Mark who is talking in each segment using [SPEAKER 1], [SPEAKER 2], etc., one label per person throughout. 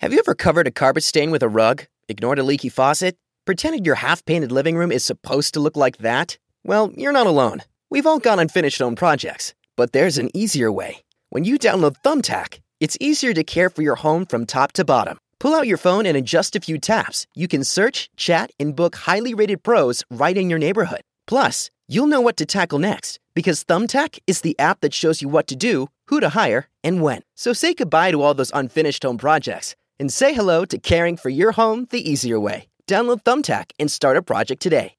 [SPEAKER 1] Have you ever covered a carpet stain with a rug, ignored a leaky faucet, pretended your half painted living room is supposed to look like that? Well, you're not alone. We've all got unfinished home projects, but there's an easier way. When you download Thumbtack, it's easier to care for your home from top to bottom. Pull out your phone and in just a few taps, you can search, chat, and book highly rated pros right in your neighborhood. Plus, you'll know what to tackle next because Thumbtack is the app that shows you what to do, who to hire, and when. So say goodbye to all those unfinished home projects and say hello to caring for your home the easier way. Download Thumbtack and start a project today.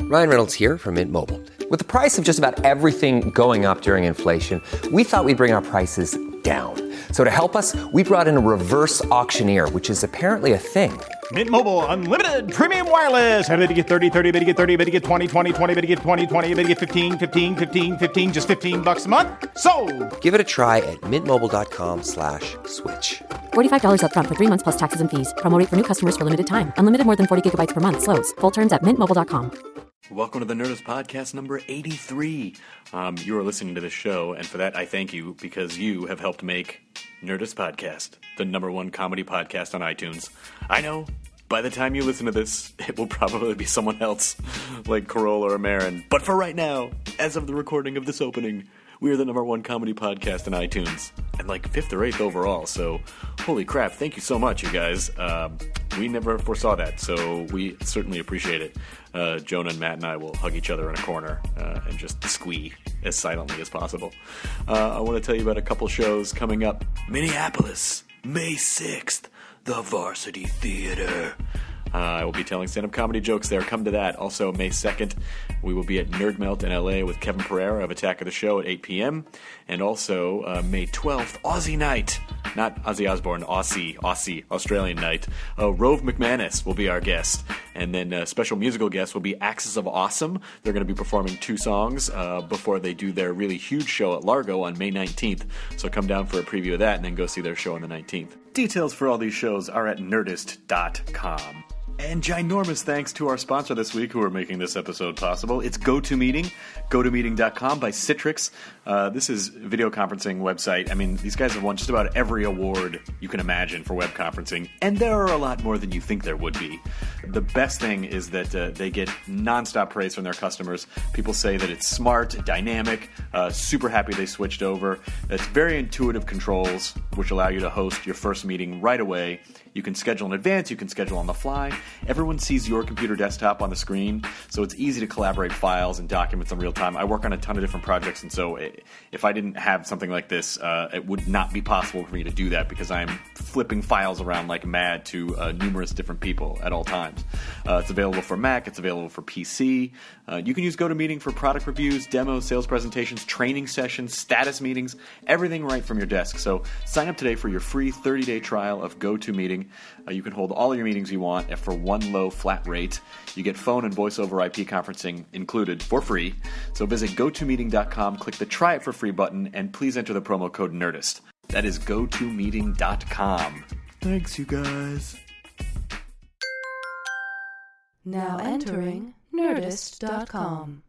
[SPEAKER 2] Ryan Reynolds here from Mint Mobile. With the price of just about everything going up during inflation, we thought we'd bring our prices down. So to help us, we brought in a reverse auctioneer, which is apparently a thing.
[SPEAKER 3] Mint Mobile unlimited premium wireless. Ready to get 30, 30, bet you get 30, bet you get 20, 20, 20, bet you get 20, 20, bet you get 15, 15, 15, 15 just 15 bucks a month. So,
[SPEAKER 2] Give it a try at mintmobile.com slash switch.
[SPEAKER 4] $45 upfront for three months plus taxes and fees. Promo rate for new customers for limited time. Unlimited more than 40 gigabytes per month. Slows. Full terms at mintmobile.com.
[SPEAKER 5] Welcome to the Nerdist Podcast number 83. Um, you are listening to this show, and for that I thank you because you have helped make Nerdist Podcast the number one comedy podcast on iTunes. I know, by the time you listen to this, it will probably be someone else, like Corolla or Marin. But for right now, as of the recording of this opening, we are the number one comedy podcast on iTunes and like fifth or eighth overall. So, holy crap! Thank you so much, you guys. Um we never foresaw that, so we certainly appreciate it. Uh, Jonah and Matt and I will hug each other in a corner uh, and just squee as silently as possible. Uh, I want to tell you about a couple shows coming up. Minneapolis, May sixth, the Varsity Theater. Uh, I will be telling stand up comedy jokes there. Come to that. Also, May 2nd, we will be at Nerd Melt in LA with Kevin Pereira of Attack of the Show at 8 p.m. And also, uh, May 12th, Aussie Night. Not Ozzy Osbourne, Aussie, Aussie, Australian Night. Uh, Rove McManus will be our guest. And then, uh, special musical guest will be Axis of Awesome. They're going to be performing two songs uh, before they do their really huge show at Largo on May 19th. So come down for a preview of that and then go see their show on the 19th. Details for all these shows are at nerdist.com. And ginormous thanks to our sponsor this week who are making this episode possible. It's GoToMeeting, gotomeeting.com by Citrix. Uh, this is video conferencing website. I mean, these guys have won just about every award you can imagine for web conferencing, and there are a lot more than you think there would be. The best thing is that uh, they get nonstop praise from their customers. People say that it's smart, dynamic, uh, super happy they switched over. It's very intuitive controls, which allow you to host your first meeting right away. You can schedule in advance, you can schedule on the fly. Everyone sees your computer desktop on the screen, so it's easy to collaborate files and documents in real time. I work on a ton of different projects, and so it, if I didn't have something like this, uh, it would not be possible for me to do that because I am flipping files around like mad to uh, numerous different people at all times. Uh, it's available for Mac, it's available for PC. Uh, you can use GoToMeeting for product reviews, demos, sales presentations, training sessions, status meetings, everything right from your desk. So sign up today for your free 30 day trial of GoToMeeting. Uh, you can hold all your meetings you want at- for one low flat rate. You get phone and voice over IP conferencing included for free. So visit gotomeeting.com, click the try it for free button, and please enter the promo code NERDIST. That is gotomeeting.com. Thanks, you guys.
[SPEAKER 6] Now entering nerdist.com.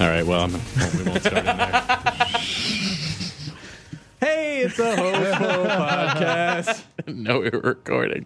[SPEAKER 7] All right. Well, I'm, well, we won't start in there. hey, it's a hopeful podcast.
[SPEAKER 8] No, we were recording.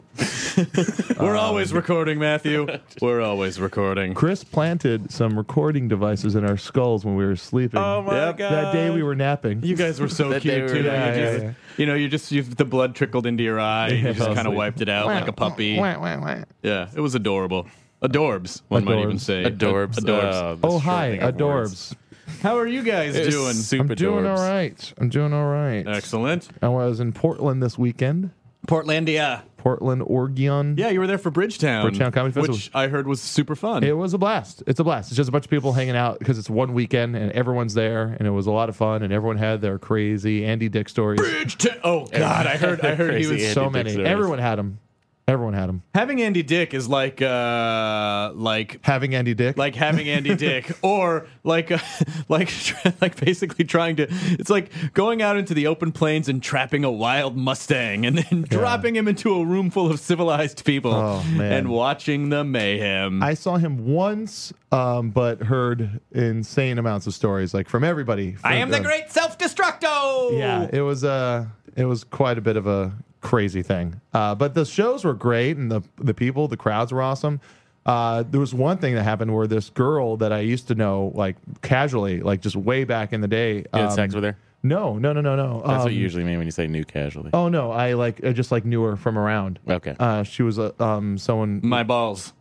[SPEAKER 7] We're always recording, Matthew. We're always recording.
[SPEAKER 9] Chris planted some recording devices in our skulls when we were sleeping.
[SPEAKER 7] Oh my God.
[SPEAKER 9] That day we were napping.
[SPEAKER 7] You guys were so
[SPEAKER 8] That
[SPEAKER 7] cute
[SPEAKER 8] day we
[SPEAKER 7] too.
[SPEAKER 8] were- yeah,
[SPEAKER 7] you,
[SPEAKER 9] yeah,
[SPEAKER 7] just-
[SPEAKER 9] yeah.
[SPEAKER 7] you know, you just you've, the blood trickled into your eye. and
[SPEAKER 9] Yeah,
[SPEAKER 7] you just
[SPEAKER 9] fell
[SPEAKER 7] kind of
[SPEAKER 9] asleep.
[SPEAKER 7] wiped it out like a puppy. Yeah, it was adorable. Adorbs, one might even
[SPEAKER 9] Adorbs.
[SPEAKER 7] say.
[SPEAKER 8] Adorbs.
[SPEAKER 7] Adorbs.
[SPEAKER 9] oh hi, adorbs.
[SPEAKER 7] How are you guys doing?
[SPEAKER 9] I'm doing all right. I'm doing all right.
[SPEAKER 7] Excellent.
[SPEAKER 9] I was in Portland this weekend.
[SPEAKER 7] Portlandia.
[SPEAKER 9] Portland, Oregon.
[SPEAKER 7] Yeah, you were there for Bridgetown.
[SPEAKER 9] Bridgetown Comedy Festival.
[SPEAKER 7] Which I heard was super fun.
[SPEAKER 9] It was a blast. It's a blast. It's just a bunch of people hanging out because it's one weekend and everyone's there, and it was a lot of fun. And everyone had their crazy Andy Dick stories.
[SPEAKER 7] Bridgetown. Oh God, I heard. I heard he
[SPEAKER 8] Crazy
[SPEAKER 7] was.
[SPEAKER 8] Andy
[SPEAKER 9] so
[SPEAKER 8] Dick
[SPEAKER 9] many.
[SPEAKER 8] stories.
[SPEAKER 9] Everyone had them. Everyone had them.
[SPEAKER 8] Having Andy Dick is like uh like
[SPEAKER 9] Having Andy Dick.
[SPEAKER 8] like having Andy Dick or like uh, like like basically trying to it's like going out into the open plains and trapping a wild mustang and then dropping him into a room full of civilized people
[SPEAKER 9] Oh, man.
[SPEAKER 8] and watching the mayhem.
[SPEAKER 9] I saw him once, um, but heard insane amounts of stories, like from everybody.
[SPEAKER 8] I am the great self-destructo.
[SPEAKER 9] Yeah, it was uh, it was quite a bit of a crazy thing. Uh, but the shows were great, and the the people, the crowds were awesome. Uh, there was one thing that happened where this girl that I used to know, like casually, like just way back in the day,
[SPEAKER 7] You had
[SPEAKER 9] um,
[SPEAKER 7] sex with her?
[SPEAKER 9] No, no, no, no, no.
[SPEAKER 7] That's what
[SPEAKER 9] Um,
[SPEAKER 7] you usually mean when you say new casually.
[SPEAKER 9] Oh no, I like I just like knew her from around.
[SPEAKER 7] Okay.
[SPEAKER 9] Uh, she was uh, um someone
[SPEAKER 8] My balls.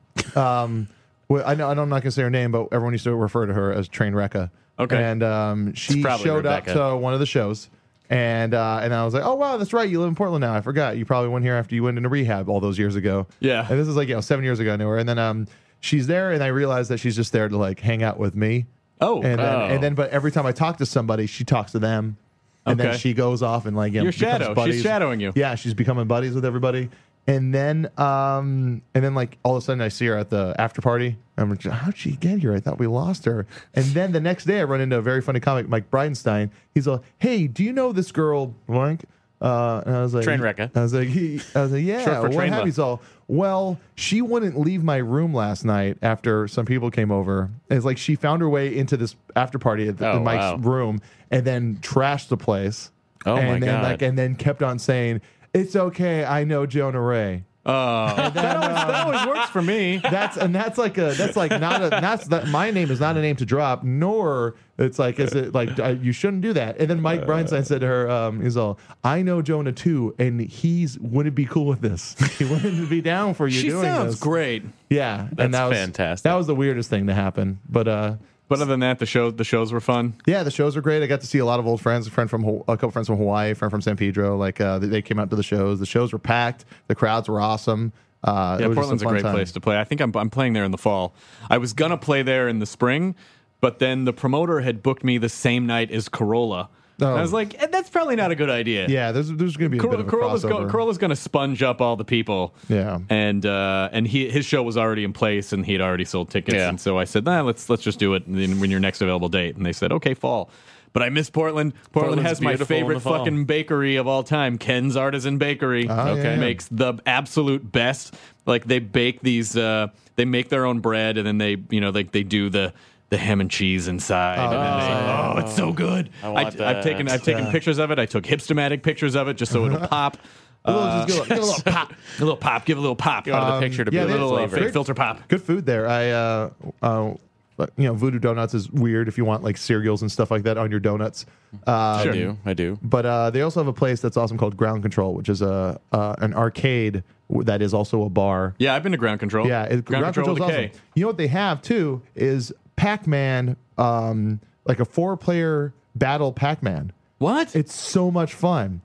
[SPEAKER 9] Well, I know, I know I'm not going to say her name, but everyone used to refer to her as Train Wrecka.
[SPEAKER 8] Okay.
[SPEAKER 9] And um, she
[SPEAKER 7] probably
[SPEAKER 9] showed
[SPEAKER 7] Rebecca.
[SPEAKER 9] up to one of the shows, and uh, and I was like, oh wow, that's right, you live in Portland now. I forgot. You probably went here after you went into rehab all those years ago.
[SPEAKER 8] Yeah.
[SPEAKER 9] And this is like you know seven years ago I knew her, and then um she's there, and I realized that she's just there to like hang out with me.
[SPEAKER 8] Oh,
[SPEAKER 9] And then,
[SPEAKER 7] Oh.
[SPEAKER 9] and then but every time I talk to somebody, she talks to them. And
[SPEAKER 8] Okay.
[SPEAKER 9] then she goes off and like you know,
[SPEAKER 8] Your
[SPEAKER 9] becomes
[SPEAKER 8] shadow. She's
[SPEAKER 9] buddies.
[SPEAKER 8] shadowing you.
[SPEAKER 9] Yeah, she's becoming buddies with everybody. And then um and then like all of a sudden I see her at the after party. I'm like, how'd she get here? I thought we lost her. And then the next day I run into a very funny comic, Mike Bridenstine. He's like, Hey, do you know this girl blank? Uh, and I was like,
[SPEAKER 7] Train wrecker.
[SPEAKER 9] I was like, he, I was like, yeah.
[SPEAKER 7] for
[SPEAKER 9] What
[SPEAKER 7] train wreck.
[SPEAKER 9] have you?" He's all, well, she wouldn't leave my room last night after some people came over. It's like she found her way into this after party at the,
[SPEAKER 7] Oh,
[SPEAKER 9] in Mike's
[SPEAKER 7] wow.
[SPEAKER 9] room and then trashed the place.
[SPEAKER 7] Oh,
[SPEAKER 9] and
[SPEAKER 7] my
[SPEAKER 9] then,
[SPEAKER 7] God.
[SPEAKER 9] Like, and then kept on saying, "It's okay, I know Jonah Ray." uh,
[SPEAKER 8] Oh, that, always, that always works for me.
[SPEAKER 9] That's and that's like a that's like not a that's that my name is not a name to drop. Nor it's like is it like uh, you shouldn't do that. And then Mike
[SPEAKER 8] Uh.
[SPEAKER 9] Bryanstein said to her, um, "He's all I know Jonah too, and he's wouldn't be cool with this. He wouldn't be down for you
[SPEAKER 8] She
[SPEAKER 9] doing
[SPEAKER 8] sounds
[SPEAKER 9] this."
[SPEAKER 8] great.
[SPEAKER 9] Yeah,
[SPEAKER 7] That's
[SPEAKER 9] and that was
[SPEAKER 7] fantastic.
[SPEAKER 9] That was the weirdest thing to happen, but uh,
[SPEAKER 8] But other than that, the shows the shows were fun.
[SPEAKER 9] yeah, the shows were great. I got to see a lot of old friends, a friend from Ho- a couple friends from Hawaii, a friend from San Pedro. Like uh, they- they came out to the shows. The shows were packed. The crowds were awesome. Uh, it
[SPEAKER 8] Yeah,
[SPEAKER 9] was just
[SPEAKER 8] Portland's a
[SPEAKER 9] fun
[SPEAKER 8] great
[SPEAKER 9] time.
[SPEAKER 8] place to play. I think I'm, I'm playing there in the fall. I was gonna play there in the spring, but then the promoter had booked me the same night as Corolla. And I
[SPEAKER 9] Oh.
[SPEAKER 8] was like, "Eh, that's probably not a good idea.
[SPEAKER 9] Yeah, there's there's going to be a bit
[SPEAKER 8] Corolla,
[SPEAKER 9] of a
[SPEAKER 8] Corolla's, go,
[SPEAKER 9] crossover.
[SPEAKER 8] Corolla's gonna sponge up all the people.
[SPEAKER 9] Yeah.
[SPEAKER 8] and uh, and he his show was already in place, and he'd already sold tickets.
[SPEAKER 7] Yeah.
[SPEAKER 8] And so I said, nah, let's let's just do it and then when your next available date. And they said, okay, fall. But I miss Portland. Portland
[SPEAKER 7] Portland's
[SPEAKER 8] has my
[SPEAKER 7] beautiful in the
[SPEAKER 8] favorite
[SPEAKER 7] fall.
[SPEAKER 8] fucking bakery of all time, Ken's Artisan Bakery.
[SPEAKER 9] yeah, Okay. yeah.
[SPEAKER 8] makes the absolute best. Like they bake these, uh, they make their own bread, and then they, you know, like they do the the ham and cheese inside. and then they- Oh, it's so good.
[SPEAKER 7] I want
[SPEAKER 8] have taken I've taken pictures of it. I took hipstomatic pictures of it just so it'll pop.
[SPEAKER 9] We'll just give a- give a little pop.
[SPEAKER 8] A little pop. Give a little pop.
[SPEAKER 7] You wanted the Uh, picture to be
[SPEAKER 9] Um,
[SPEAKER 7] a
[SPEAKER 9] yeah, they-
[SPEAKER 7] little
[SPEAKER 8] little uh,
[SPEAKER 7] flavor.
[SPEAKER 8] fake filter pop.
[SPEAKER 9] Good food there. I uh, uh, but, you know, Voodoo Donuts is weird if you want like cereals and stuff like that on your donuts. Uh,
[SPEAKER 7] I do. I do.
[SPEAKER 9] But uh, they also have a place that's awesome called Ground Control, which is a uh, an arcade w- that is also a bar.
[SPEAKER 8] Yeah, I've been to ground control.
[SPEAKER 9] Yeah, it,
[SPEAKER 8] Oh, ground, control,
[SPEAKER 9] Control's
[SPEAKER 8] with a K.
[SPEAKER 9] awesome. You know what they have too is Pac Man, um, like a four player battle Pac Man.
[SPEAKER 8] What?
[SPEAKER 9] It's so much fun.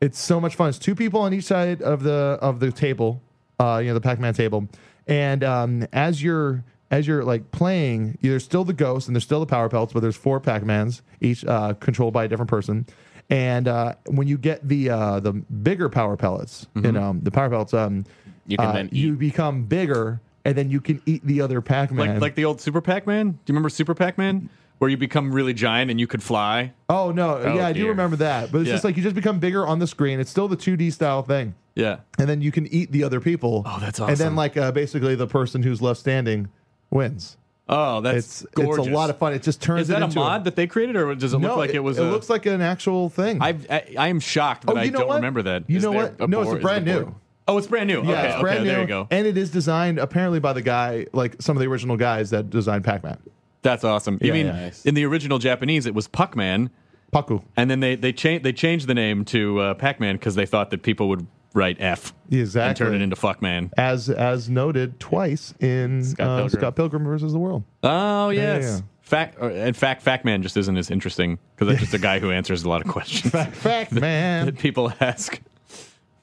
[SPEAKER 9] It's so much fun. It's two people on each side of the of the table, uh, you know, the Pac Man table, and um, as you're as you're like playing, there's still the ghosts and there's still the power pelts, but there's four Pac Mans, each uh, controlled by a different person. And uh, when you get the uh, the bigger power pellets, you know, the power pellets, um,
[SPEAKER 7] You can
[SPEAKER 9] uh,
[SPEAKER 7] then eat.
[SPEAKER 9] you become bigger, and then you can eat the other Pac Man.
[SPEAKER 8] Like like the old Super Pac Man. Do you remember Super Pac Man? Where you become really giant and you could fly.
[SPEAKER 9] oh no, yeah, I do
[SPEAKER 7] dear.
[SPEAKER 9] remember that. But it's
[SPEAKER 8] Yeah.
[SPEAKER 9] just like you just become bigger on the screen. It's still the 2D style thing.
[SPEAKER 8] Yeah.
[SPEAKER 9] and then you can eat the other people.
[SPEAKER 8] Oh, that's
[SPEAKER 9] And then
[SPEAKER 8] awesome.
[SPEAKER 9] like uh, basically the person who's left standing wins.
[SPEAKER 8] Oh, that's
[SPEAKER 9] It's
[SPEAKER 8] gorgeous.
[SPEAKER 9] it's a lot of fun. It just turns
[SPEAKER 8] Is that
[SPEAKER 9] it
[SPEAKER 8] a
[SPEAKER 9] into
[SPEAKER 8] mod that they created, or does it
[SPEAKER 9] no,
[SPEAKER 8] look like it, was?
[SPEAKER 9] It
[SPEAKER 8] a,
[SPEAKER 9] looks like an actual thing. Oh,
[SPEAKER 8] I, I I am shocked that
[SPEAKER 9] you
[SPEAKER 8] I
[SPEAKER 9] know
[SPEAKER 8] don't
[SPEAKER 9] what?
[SPEAKER 8] remember that.
[SPEAKER 9] You
[SPEAKER 8] Is
[SPEAKER 9] know
[SPEAKER 8] there
[SPEAKER 9] what?
[SPEAKER 7] a
[SPEAKER 9] no,
[SPEAKER 7] board-
[SPEAKER 9] it's
[SPEAKER 7] is
[SPEAKER 9] a brand
[SPEAKER 7] the
[SPEAKER 9] new.
[SPEAKER 7] board-
[SPEAKER 8] Oh, it's brand new.
[SPEAKER 9] Yeah,
[SPEAKER 8] okay,
[SPEAKER 9] it's brand
[SPEAKER 8] okay,
[SPEAKER 9] new.
[SPEAKER 8] There you go.
[SPEAKER 9] And it is designed apparently by the guy, like some of the original guys that designed Pac-Man,
[SPEAKER 8] That's awesome. You
[SPEAKER 9] Yeah,
[SPEAKER 8] mean
[SPEAKER 9] yeah.
[SPEAKER 7] Nice.
[SPEAKER 8] in the original Japanese it was Puckman,
[SPEAKER 9] Paku.
[SPEAKER 8] and then they they changed they changed the name to uh, Pac-Man because they thought that people would write F and
[SPEAKER 9] Exactly.
[SPEAKER 8] turn it into Fuckman.
[SPEAKER 9] as as noted twice in
[SPEAKER 7] Scott
[SPEAKER 9] uh,
[SPEAKER 7] Pilgrim.
[SPEAKER 9] Scott Pilgrim versus the World.
[SPEAKER 8] Oh yes. uh,
[SPEAKER 9] yeah.
[SPEAKER 8] Fact, or, in fact, Fact Man just isn't as interesting because that's just a guy who answers a lot of questions
[SPEAKER 9] Fact, man.
[SPEAKER 8] that people ask.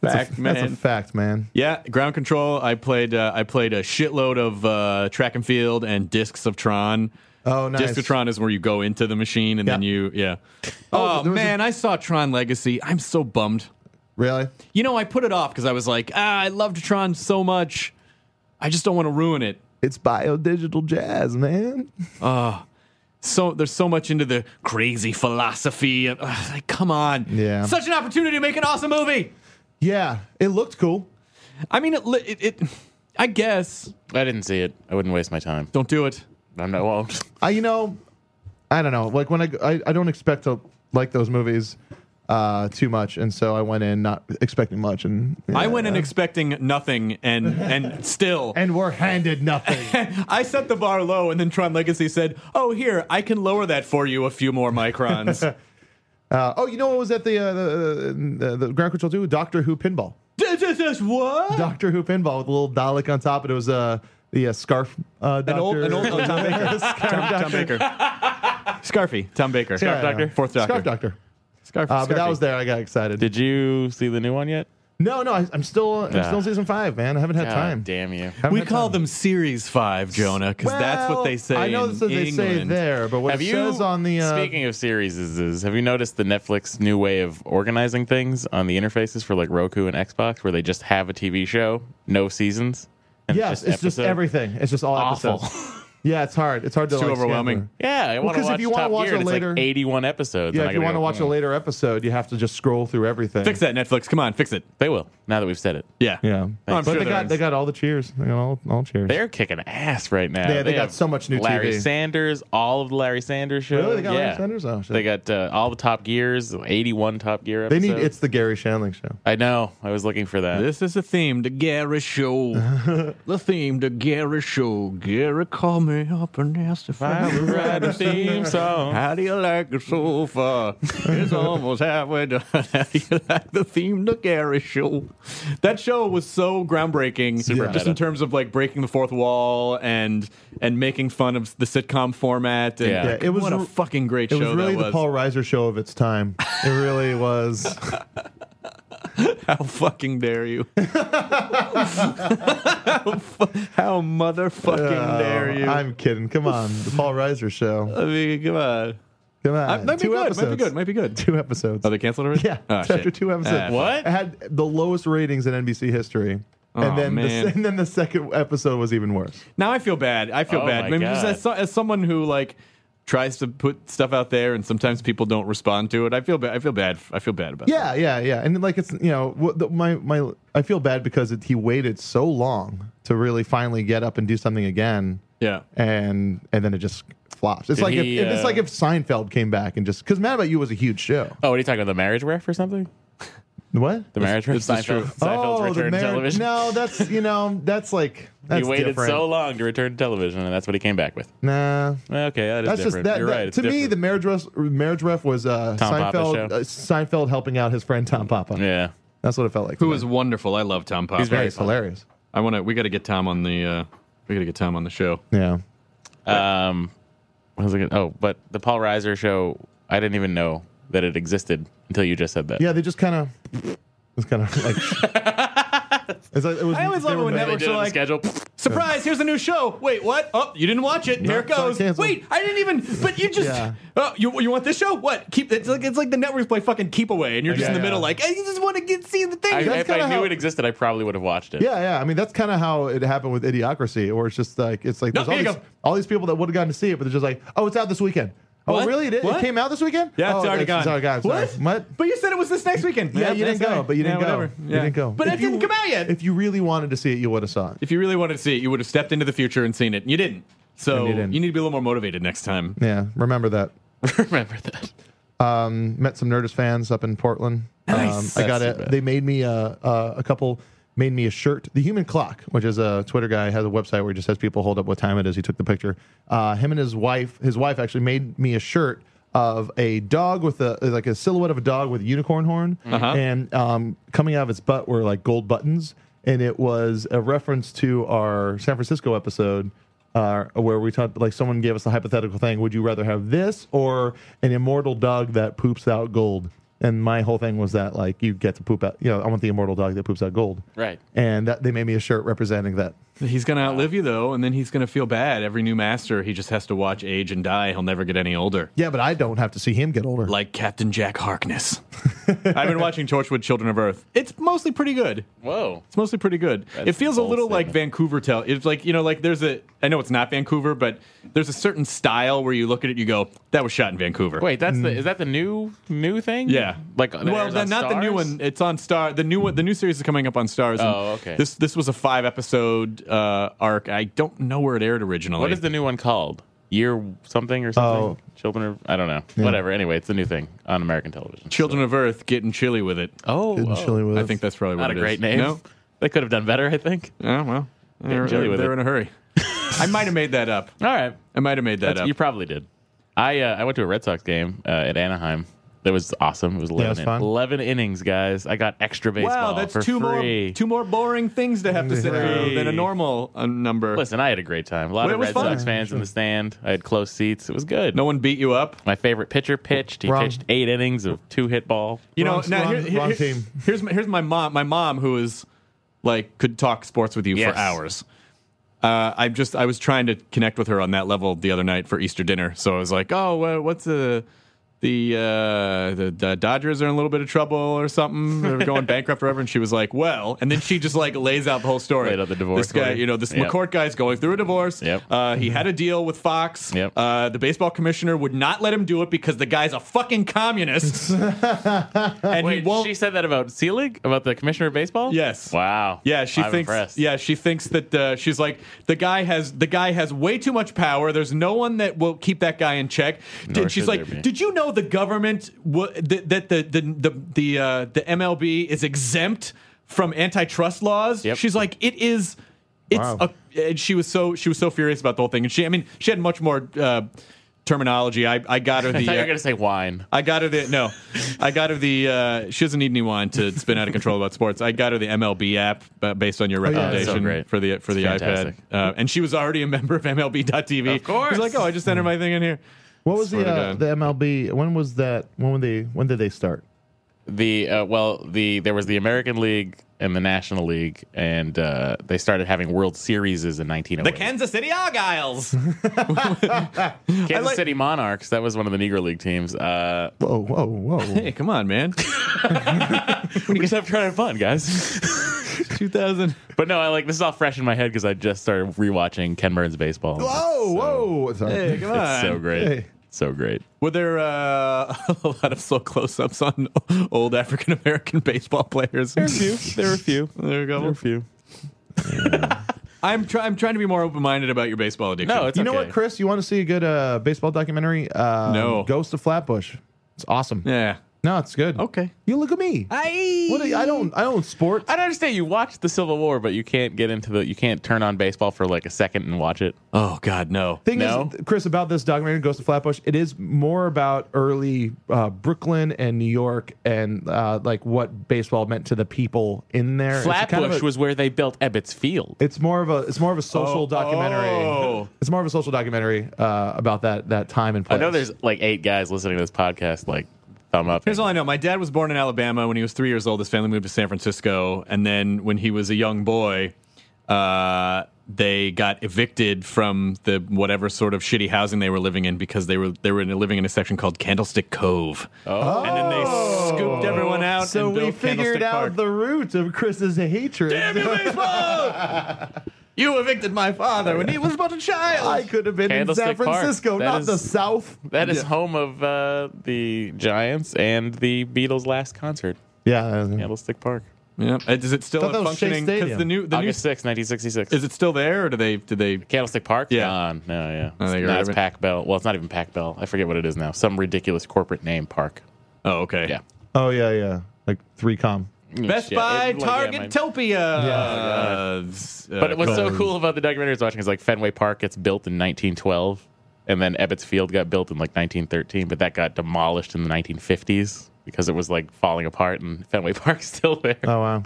[SPEAKER 9] That's a-
[SPEAKER 8] Fact Man.
[SPEAKER 9] That's a fact, man.
[SPEAKER 8] Yeah, ground control. I played. Uh, I played a shitload of uh, track and field and discs of Tron.
[SPEAKER 9] Oh, nice.
[SPEAKER 8] Disc of Tron is where you go into the machine and then
[SPEAKER 9] Yeah.
[SPEAKER 8] you, yeah.
[SPEAKER 9] Oh,
[SPEAKER 8] Oh,
[SPEAKER 9] there was a-
[SPEAKER 8] man, I saw Tron Legacy. I'm so bummed.
[SPEAKER 9] Really?
[SPEAKER 8] You know, I put it off because I was like, ah, I loved Tron so much. I just don't want to ruin it.
[SPEAKER 9] It's bio digital jazz, man.
[SPEAKER 8] So there's so much into the crazy philosophy. Of, ugh, like, come on,
[SPEAKER 9] Yeah.
[SPEAKER 8] such an opportunity to make an awesome movie.
[SPEAKER 9] Yeah, it looked cool.
[SPEAKER 8] I mean, it, li- it, it I guess.
[SPEAKER 10] I didn't see it. I wouldn't waste my time.
[SPEAKER 8] Don't do it.
[SPEAKER 10] I'm not. Well,
[SPEAKER 9] I, you know, I don't know. Like when I, I, I don't expect to like those movies uh, too much, and so I went in not expecting much, and
[SPEAKER 8] I went in
[SPEAKER 9] Yeah. uh-huh.
[SPEAKER 8] expecting nothing, and and still,
[SPEAKER 9] and we're handed nothing.
[SPEAKER 8] I set the bar low, and then Tron Legacy said, "Oh, here, I can lower that for you a few more microns."
[SPEAKER 9] uh, oh, you know what was at the uh, the, the, the Grand Control Two Doctor Who pinball.
[SPEAKER 8] This is what?
[SPEAKER 9] Doctor Who pinball with a little Dalek on top. and It was uh, the uh, scarf. Uh, doctor,
[SPEAKER 8] An old, an old oh, Tom Baker. Tom, Tom Baker. Scarfy. Tom Baker.
[SPEAKER 9] Yeah, yeah, yeah.
[SPEAKER 8] Fourth Doctor.
[SPEAKER 9] Scarf Doctor.
[SPEAKER 8] Scarf,
[SPEAKER 9] Uh, but that
[SPEAKER 8] Scarfy.
[SPEAKER 9] was there. I got excited.
[SPEAKER 10] did you see the new one yet?
[SPEAKER 9] no, no, I, I'm still I'm
[SPEAKER 10] Nah.
[SPEAKER 9] still in season five, man. I haven't had
[SPEAKER 10] God
[SPEAKER 9] time.
[SPEAKER 10] Damn you.
[SPEAKER 9] Haven't
[SPEAKER 8] We
[SPEAKER 9] had
[SPEAKER 8] call
[SPEAKER 9] time.
[SPEAKER 8] them Series 5, Jonah, because that's what they say
[SPEAKER 9] I know
[SPEAKER 8] in
[SPEAKER 9] that's what they say
[SPEAKER 8] England.
[SPEAKER 9] there, but what
[SPEAKER 10] Have
[SPEAKER 9] it
[SPEAKER 10] you
[SPEAKER 9] says on the uh,
[SPEAKER 10] speaking of series is have you noticed the Netflix new way of organizing things on the interfaces for like Roku and Xbox, where they just have a TV show, no seasons. and
[SPEAKER 9] yes, it's just
[SPEAKER 10] episode?
[SPEAKER 9] everything. It's just all
[SPEAKER 10] Awful.
[SPEAKER 9] episodes. Yeah, it's hard. It's hard to
[SPEAKER 8] It's too
[SPEAKER 9] like, scan
[SPEAKER 8] overwhelming.
[SPEAKER 9] through.
[SPEAKER 10] Yeah, I want to
[SPEAKER 9] 'cause if
[SPEAKER 10] watch
[SPEAKER 9] you wanna
[SPEAKER 10] Top
[SPEAKER 9] watch
[SPEAKER 10] Gear.
[SPEAKER 9] a
[SPEAKER 10] and
[SPEAKER 9] later-
[SPEAKER 10] it's like 81 episodes.
[SPEAKER 9] Yeah,
[SPEAKER 10] and
[SPEAKER 9] if
[SPEAKER 10] I
[SPEAKER 9] you
[SPEAKER 10] gotta
[SPEAKER 9] want to
[SPEAKER 10] go,
[SPEAKER 9] watch a
[SPEAKER 10] "Mm."
[SPEAKER 9] later episode, you have to just scroll through everything.
[SPEAKER 8] Fix that, Netflix. Come on, fix it.
[SPEAKER 10] they will. Now that we've said it,
[SPEAKER 8] Yeah.
[SPEAKER 9] Yeah,
[SPEAKER 8] Oh, I'm
[SPEAKER 9] but
[SPEAKER 8] sure
[SPEAKER 9] they
[SPEAKER 8] there
[SPEAKER 9] got
[SPEAKER 8] is.
[SPEAKER 9] they got all the cheers. They got all all cheers.
[SPEAKER 10] they're kicking ass right now.
[SPEAKER 9] Yeah, they got
[SPEAKER 10] have
[SPEAKER 9] so much new
[SPEAKER 10] Larry
[SPEAKER 9] TV.
[SPEAKER 10] Sanders, all of the Larry Sanders shows.
[SPEAKER 9] Really? They got
[SPEAKER 10] yeah.
[SPEAKER 9] Larry Sanders? Oh, shit.
[SPEAKER 10] They got uh, all the Top Gears, 81 Top Gear
[SPEAKER 9] They
[SPEAKER 10] episodes.
[SPEAKER 9] need it's the Gary Shandling show.
[SPEAKER 10] I know. I was looking for that.
[SPEAKER 8] This is the theme to Gary Show. the theme to Gary Show. Gary called me up and asked if I
[SPEAKER 10] I
[SPEAKER 8] was
[SPEAKER 10] would write
[SPEAKER 8] ready.
[SPEAKER 10] a theme song.
[SPEAKER 8] How do you like it so far? It's almost halfway done. How do you like the theme to Gary show? That show was so groundbreaking,
[SPEAKER 10] Super
[SPEAKER 8] just
[SPEAKER 10] meta.
[SPEAKER 8] in terms of like breaking the fourth wall and and making fun of the sitcom format. And
[SPEAKER 10] Yeah.
[SPEAKER 9] Yeah, it was
[SPEAKER 8] what a
[SPEAKER 9] re-
[SPEAKER 8] fucking great
[SPEAKER 9] It
[SPEAKER 8] show
[SPEAKER 9] was really
[SPEAKER 8] that
[SPEAKER 9] the
[SPEAKER 8] was.
[SPEAKER 9] Paul Reiser show of its time. It really was.
[SPEAKER 8] How fucking dare you? how, fu- how motherfucking
[SPEAKER 9] Oh,
[SPEAKER 8] dare you?
[SPEAKER 9] I'm kidding. Come on, the Paul Reiser show.
[SPEAKER 8] I mean, come on.
[SPEAKER 9] Come
[SPEAKER 8] I-
[SPEAKER 9] on,
[SPEAKER 8] might, be
[SPEAKER 9] two
[SPEAKER 8] good, might be
[SPEAKER 9] episodes.
[SPEAKER 8] good. Might be good.
[SPEAKER 9] Two episodes.
[SPEAKER 8] Oh, they canceled already?
[SPEAKER 9] Yeah,
[SPEAKER 8] Oh,
[SPEAKER 9] it's after
[SPEAKER 8] shit.
[SPEAKER 9] two
[SPEAKER 8] Ah,
[SPEAKER 9] episodes.
[SPEAKER 10] What?
[SPEAKER 9] It had the lowest ratings in NBC history.
[SPEAKER 8] Aw,
[SPEAKER 9] and then
[SPEAKER 8] man.
[SPEAKER 9] the, and then the second episode was even worse.
[SPEAKER 8] Now I feel bad. I feel
[SPEAKER 10] Oh
[SPEAKER 8] bad.
[SPEAKER 10] my
[SPEAKER 8] I mean, just
[SPEAKER 10] God.
[SPEAKER 8] as, so- as someone who like tries to put stuff out there, and sometimes people don't respond to it. I feel bad. I feel bad. I feel bad about. that.
[SPEAKER 9] Yeah, yeah, yeah. And like it's you know what the, my my I feel bad because it, he waited so long to really finally get up and do something again,
[SPEAKER 8] Yeah.
[SPEAKER 9] and and then it just flops. It's
[SPEAKER 10] Did
[SPEAKER 9] like
[SPEAKER 10] he,
[SPEAKER 9] if, if it's
[SPEAKER 10] uh,
[SPEAKER 9] like if Seinfeld came back and just because Mad About You was a huge show.
[SPEAKER 10] Oh, what are you talking about? The marriage ref or something?
[SPEAKER 9] What?
[SPEAKER 10] The marriage ref? Seinfeld, Seinfeld's
[SPEAKER 9] Oh, the
[SPEAKER 10] return to
[SPEAKER 9] marriage-
[SPEAKER 10] television.
[SPEAKER 9] No, that's you know that's like that's
[SPEAKER 10] he waited
[SPEAKER 9] different.
[SPEAKER 10] so long to return to television, and that's what he came back with.
[SPEAKER 9] Nah,
[SPEAKER 10] Okay, that is
[SPEAKER 9] That's just
[SPEAKER 10] different.
[SPEAKER 9] that.
[SPEAKER 10] You're
[SPEAKER 9] that-
[SPEAKER 10] right. it's
[SPEAKER 9] to me, the
[SPEAKER 10] different.
[SPEAKER 9] marriage ref, marriage ref was uh,
[SPEAKER 10] Tom Papa's
[SPEAKER 9] Seinfeld.
[SPEAKER 10] show.
[SPEAKER 9] Uh, Seinfeld helping out his friend Tom Papa.
[SPEAKER 10] yeah,
[SPEAKER 9] That's what it felt like.
[SPEAKER 8] Who is wonderful. I love Tom Pop.
[SPEAKER 10] He's very
[SPEAKER 9] It's hilarious.
[SPEAKER 8] I want to. We got to get Tom on the. Uh, we got to get Tom on the show.
[SPEAKER 9] Yeah.
[SPEAKER 10] Um, what was I gonna, oh, but the Paul Reiser show, I didn't even know that it existed until you just said that.
[SPEAKER 9] Yeah. They just kind of. It's kind of like. it's like it was,
[SPEAKER 8] I always
[SPEAKER 9] they
[SPEAKER 8] love it
[SPEAKER 9] were
[SPEAKER 8] when
[SPEAKER 9] made-
[SPEAKER 10] They
[SPEAKER 8] networks
[SPEAKER 10] did
[SPEAKER 8] are
[SPEAKER 10] it on the
[SPEAKER 8] like.
[SPEAKER 10] schedule.
[SPEAKER 8] Surprise! Here's a new show. Wait, what? Oh, you didn't watch it. Here it
[SPEAKER 9] it's on
[SPEAKER 8] goes.
[SPEAKER 9] cancel.
[SPEAKER 8] Wait, I didn't even. But you just.
[SPEAKER 9] Yeah.
[SPEAKER 8] Oh, you, you want this show? What? Keep. It's like it's like the networks play fucking keep away, and you're just
[SPEAKER 9] Yeah,
[SPEAKER 8] in the
[SPEAKER 9] yeah.
[SPEAKER 8] middle, like I just want to get see the thing.
[SPEAKER 10] I, if
[SPEAKER 9] That's
[SPEAKER 10] I
[SPEAKER 9] kinda
[SPEAKER 10] knew
[SPEAKER 9] how-
[SPEAKER 10] it existed, I probably would have watched it.
[SPEAKER 9] Yeah, yeah. I mean, that's kind of how it happened with Idiocracy, where it's just like it's like
[SPEAKER 8] No,
[SPEAKER 9] there's all
[SPEAKER 8] here you
[SPEAKER 9] these,
[SPEAKER 8] go.
[SPEAKER 9] all these people that would have gotten to see it, but they're just like, oh, it's out this weekend. Oh,
[SPEAKER 8] What?
[SPEAKER 9] really? It, it
[SPEAKER 8] What?
[SPEAKER 9] came out this weekend?
[SPEAKER 8] Yeah,
[SPEAKER 9] oh,
[SPEAKER 8] it's already gone.
[SPEAKER 9] It's already gone. Sorry.
[SPEAKER 8] What?
[SPEAKER 9] What?
[SPEAKER 8] But you said it was this next weekend.
[SPEAKER 9] Yeah, you didn't
[SPEAKER 8] that's
[SPEAKER 9] go,
[SPEAKER 8] right.
[SPEAKER 9] but you didn't
[SPEAKER 8] Yeah,
[SPEAKER 9] go.
[SPEAKER 8] whatever.
[SPEAKER 9] You didn't go.
[SPEAKER 8] But
[SPEAKER 9] If
[SPEAKER 8] it didn't
[SPEAKER 9] you-
[SPEAKER 8] come out yet. If,
[SPEAKER 9] If you really wanted to see it, you would have saw it.
[SPEAKER 8] you really wanted to see it, you would have stepped into the future and seen it. and You didn't. So
[SPEAKER 9] And
[SPEAKER 8] you,
[SPEAKER 9] you didn't.
[SPEAKER 8] need to be a little more motivated next time.
[SPEAKER 9] Yeah, remember that. Um,
[SPEAKER 10] remember that.
[SPEAKER 9] met some Nerdist fans up in Portland.
[SPEAKER 8] Nice.
[SPEAKER 9] Um, I got
[SPEAKER 10] That's
[SPEAKER 9] it.
[SPEAKER 10] super.
[SPEAKER 9] They made me uh, uh, a couple. Made me a shirt. The Human Clock, which is a Twitter guy, has a website where he just has people hold up what time it is. He took the picture. Uh, him and his wife. His wife actually made me a shirt of a dog with a like a silhouette of a dog with a unicorn horn,
[SPEAKER 10] Uh-huh.
[SPEAKER 9] and um, coming out of its butt were like gold buttons, and it was a reference to our San Francisco episode uh, where we talked like someone gave us the hypothetical thing would you rather have this or an immortal dog that poops out gold and my whole thing was that like you get to poop out you know i want the immortal dog that poops out gold
[SPEAKER 10] Right.
[SPEAKER 9] and that they made me a shirt representing that
[SPEAKER 8] He's gonna outlive you though, and then he's gonna feel bad. Every new master, he just has to watch age and die. He'll never get any older.
[SPEAKER 9] Yeah, but I don't have to see him get older.
[SPEAKER 8] Like Captain Jack Harkness. I've been watching Torchwood: Children of Earth. It's mostly pretty good.
[SPEAKER 10] Whoa.
[SPEAKER 8] It's mostly pretty good.
[SPEAKER 10] That's
[SPEAKER 8] it feels a
[SPEAKER 10] bold
[SPEAKER 8] little like
[SPEAKER 10] statement.
[SPEAKER 8] Vancouver Tell. It's like you know, like there's a. I know it's not Vancouver, but there's a certain style where you look at it, you go, "That was shot in Vancouver."
[SPEAKER 10] Wait, that's the is that the new new thing?
[SPEAKER 8] Yeah,
[SPEAKER 10] Like that
[SPEAKER 8] well,
[SPEAKER 10] airs
[SPEAKER 8] then
[SPEAKER 10] on
[SPEAKER 8] not the new
[SPEAKER 10] Starz?
[SPEAKER 8] one. It's on Star. The new one. The new series is coming up on Stars. and
[SPEAKER 10] Oh, okay.
[SPEAKER 8] This this was a five episode uh, arc. I don't know where it aired originally.
[SPEAKER 10] What is the new one called? Year something or
[SPEAKER 8] Oh.
[SPEAKER 10] something? Children of I don't know. Whatever. Anyway, it's the new thing on American television.
[SPEAKER 8] Children of Earth getting chilly with it?
[SPEAKER 10] Oh,
[SPEAKER 9] Getting
[SPEAKER 10] oh.
[SPEAKER 9] chilly with
[SPEAKER 8] I
[SPEAKER 9] it.
[SPEAKER 8] think that's probably what
[SPEAKER 10] not a
[SPEAKER 8] it
[SPEAKER 10] great
[SPEAKER 8] is.
[SPEAKER 10] name.
[SPEAKER 8] No.
[SPEAKER 10] They could have done better, I think.
[SPEAKER 8] Yeah, well, they're,
[SPEAKER 10] chilly with
[SPEAKER 8] they're in
[SPEAKER 10] it.
[SPEAKER 8] a hurry. I might have made that up.
[SPEAKER 10] All right.
[SPEAKER 8] I might have made that uh,
[SPEAKER 10] That's-
[SPEAKER 8] up.
[SPEAKER 10] You probably did. I uh, I went to a Red Sox game uh, at Anaheim. That was awesome. It was 11,
[SPEAKER 9] was
[SPEAKER 10] in-
[SPEAKER 9] fun.
[SPEAKER 10] 11 innings, guys. I got extra baseball
[SPEAKER 8] wow, that's
[SPEAKER 10] for
[SPEAKER 8] two
[SPEAKER 10] free.
[SPEAKER 8] more two more boring things to have to sit
[SPEAKER 9] Free.
[SPEAKER 8] through than a normal uh, number.
[SPEAKER 10] Listen, I had a great time. A lot
[SPEAKER 8] Well, it
[SPEAKER 10] of
[SPEAKER 8] was
[SPEAKER 10] Red
[SPEAKER 8] fun.
[SPEAKER 10] Sox fans in the stand. I had close seats. It was good.
[SPEAKER 8] No one beat you up.
[SPEAKER 10] My favorite pitcher pitched. He
[SPEAKER 9] Wrong.
[SPEAKER 10] pitched eight innings of two hit ball.
[SPEAKER 8] You
[SPEAKER 9] Wrong-
[SPEAKER 8] know, now
[SPEAKER 9] wrong-
[SPEAKER 8] here- here-
[SPEAKER 9] wrong
[SPEAKER 8] here-
[SPEAKER 9] team.
[SPEAKER 8] here's my, here's my mom. My mom, who is like, could talk sports with you
[SPEAKER 10] Yes.
[SPEAKER 8] for hours. Uh, I'm just, I was trying to connect with her on that level the other night for Easter dinner. So I was like, oh, uh, what's the the, uh, the the Dodgers are in a little bit of trouble or something. They're going bankrupt forever. And she was like, well, and then she just like lays out the whole story.
[SPEAKER 10] Laid out the divorce
[SPEAKER 8] This guy,
[SPEAKER 10] for you.
[SPEAKER 8] you know, this
[SPEAKER 10] Yep.
[SPEAKER 8] McCourt guy's going through a divorce.
[SPEAKER 10] Yep.
[SPEAKER 8] Uh, he had a deal with Fox.
[SPEAKER 10] Yep.
[SPEAKER 8] Uh, the baseball commissioner would not let him do it because the guy's a fucking communist. and
[SPEAKER 10] Wait,
[SPEAKER 8] he won't.
[SPEAKER 10] she said that about Selig? About the commissioner of baseball?
[SPEAKER 8] Yes.
[SPEAKER 10] Wow.
[SPEAKER 8] Yeah, she
[SPEAKER 10] I'm
[SPEAKER 8] thinks.
[SPEAKER 10] impressed.
[SPEAKER 8] Yeah, she thinks that uh, she's like the guy has the guy has way too much power. There's no one that will keep that guy in check. Did-
[SPEAKER 10] Nor
[SPEAKER 8] she's
[SPEAKER 10] should there be.
[SPEAKER 8] like, did you know the government w- that, that the the the the, uh, the MLB is exempt from antitrust laws?
[SPEAKER 10] Yep.
[SPEAKER 8] She's like, it is. It's
[SPEAKER 9] Wow.
[SPEAKER 8] a, and she was so she was so furious about the whole thing, and she I mean she had much more uh, terminology. I, I got her the
[SPEAKER 10] I thought you
[SPEAKER 8] uh,
[SPEAKER 10] were going to say wine.
[SPEAKER 8] I got her the no. I got her the. Uh, she doesn't need any wine to spin out of control about sports. I got her the MLB app uh, based on your
[SPEAKER 9] yeah.
[SPEAKER 10] Oh, So
[SPEAKER 8] recommendation
[SPEAKER 10] great.
[SPEAKER 8] for the for the
[SPEAKER 10] It's fantastic.
[SPEAKER 8] iPad, uh, and she was already a member of MLB.TV.
[SPEAKER 10] Of course.
[SPEAKER 8] she's like, oh, I just entered my thing in here.
[SPEAKER 9] What was the
[SPEAKER 8] Swear to
[SPEAKER 9] uh,
[SPEAKER 8] God.
[SPEAKER 9] the MLB? When was that? When were they? When did they start?
[SPEAKER 10] the uh, well the there was the American League and the National League and uh, they started having World Series in 1908.
[SPEAKER 8] The Kansas City Argyles.
[SPEAKER 10] Kansas
[SPEAKER 8] like-
[SPEAKER 10] City Monarchs that was one of the Negro League teams. Uh,
[SPEAKER 9] Whoa, whoa, whoa!
[SPEAKER 8] hey, come on, man.
[SPEAKER 10] we just have trying fun, guys.
[SPEAKER 8] 2000.
[SPEAKER 10] but no, I like this is all fresh in my head because I just started rewatching Ken Burns baseball.
[SPEAKER 8] Oh,
[SPEAKER 9] whoa, whoa! Sorry.
[SPEAKER 8] Hey, come on.
[SPEAKER 10] It's so great,
[SPEAKER 9] Hey.
[SPEAKER 10] so great.
[SPEAKER 8] Were there uh, a lot of slow close-ups on old African American baseball players? There were a few. There were a few. There were a couple.
[SPEAKER 10] few.
[SPEAKER 8] I'm, try- I'm trying to be more open-minded about your baseball addiction.
[SPEAKER 10] No, it's
[SPEAKER 9] you know
[SPEAKER 10] okay.
[SPEAKER 9] what, Chris? You want to see a good uh, baseball documentary? Uh,
[SPEAKER 8] No.
[SPEAKER 9] Ghost of Flatbush. It's awesome.
[SPEAKER 8] yeah.
[SPEAKER 9] No, it's good.
[SPEAKER 8] Okay.
[SPEAKER 9] You look at me.
[SPEAKER 8] I
[SPEAKER 9] What? do you- I don't. I don't sport.
[SPEAKER 10] I don't understand. You watch the Civil War, but you can't get into the. You can't turn on baseball for like a second and watch it.
[SPEAKER 8] Oh God, no.
[SPEAKER 9] Thing
[SPEAKER 10] No.
[SPEAKER 9] is, Chris, about this documentary, Ghost of Flatbush, it is more about early uh, Brooklyn and New York and uh, like what baseball meant to the people in there. It's
[SPEAKER 10] Flatbush
[SPEAKER 9] kind of a-
[SPEAKER 10] was where they built Ebbets Field.
[SPEAKER 9] It's more of a it's more of a social
[SPEAKER 8] Oh,
[SPEAKER 9] documentary.
[SPEAKER 8] oh.
[SPEAKER 9] It's more of a social documentary uh, about that that time and
[SPEAKER 10] I
[SPEAKER 9] place.
[SPEAKER 10] know there's like eight guys listening to this podcast. Like thumb up.
[SPEAKER 8] Here's all I know. My dad was born in Alabama. When he was three years old, his family moved to San Francisco, and then when he was a young boy, uh, they got evicted from the whatever sort of shitty housing they were living in because they were they were living in a section called Candlestick Cove. Oh. And then they scooped everyone out.
[SPEAKER 9] so
[SPEAKER 8] and
[SPEAKER 9] we
[SPEAKER 8] built
[SPEAKER 9] figured
[SPEAKER 8] Candlestick
[SPEAKER 9] out
[SPEAKER 8] Park.
[SPEAKER 9] the root of Chris's hatred.
[SPEAKER 8] Damn you, baseball! you evicted my father when he was but a child.
[SPEAKER 9] I could have been in San
[SPEAKER 10] Candlestick Park.
[SPEAKER 9] Francisco,
[SPEAKER 10] That
[SPEAKER 9] not
[SPEAKER 10] is-
[SPEAKER 9] the South.
[SPEAKER 10] That is home of uh, the Giants and the Beatles' last concert,
[SPEAKER 9] Yeah, I don't know.
[SPEAKER 10] Candlestick Park,
[SPEAKER 8] yeah. Uh, Is it still
[SPEAKER 9] Thought that
[SPEAKER 8] a
[SPEAKER 9] was Shea
[SPEAKER 8] functioning? Because
[SPEAKER 9] Stadium.
[SPEAKER 8] the new the new
[SPEAKER 10] August 6, 1966.
[SPEAKER 8] is it still there or do they do they
[SPEAKER 10] Candlestick Park?
[SPEAKER 8] Yeah.
[SPEAKER 10] Gone. No, yeah.
[SPEAKER 8] I think I
[SPEAKER 10] no, it's
[SPEAKER 8] remember.
[SPEAKER 10] Pac Bell. Well, it's not even Pac Bell. I forget what it is now. Some ridiculous corporate name park.
[SPEAKER 8] Oh, okay.
[SPEAKER 10] Yeah.
[SPEAKER 9] Oh yeah, yeah, like three com.
[SPEAKER 8] Best
[SPEAKER 10] Yeah,
[SPEAKER 8] Buy,
[SPEAKER 10] it- like, yeah,
[SPEAKER 8] Target,
[SPEAKER 10] my-
[SPEAKER 8] Topia. Uh,
[SPEAKER 9] Yeah.
[SPEAKER 10] But what's so cool about the documentary I was watching is like Fenway Park gets built in 1912, and then Ebbets Field got built in like 1913, but that got demolished in the 1950s because it was like falling apart, and Fenway Park's still there.
[SPEAKER 9] Oh wow.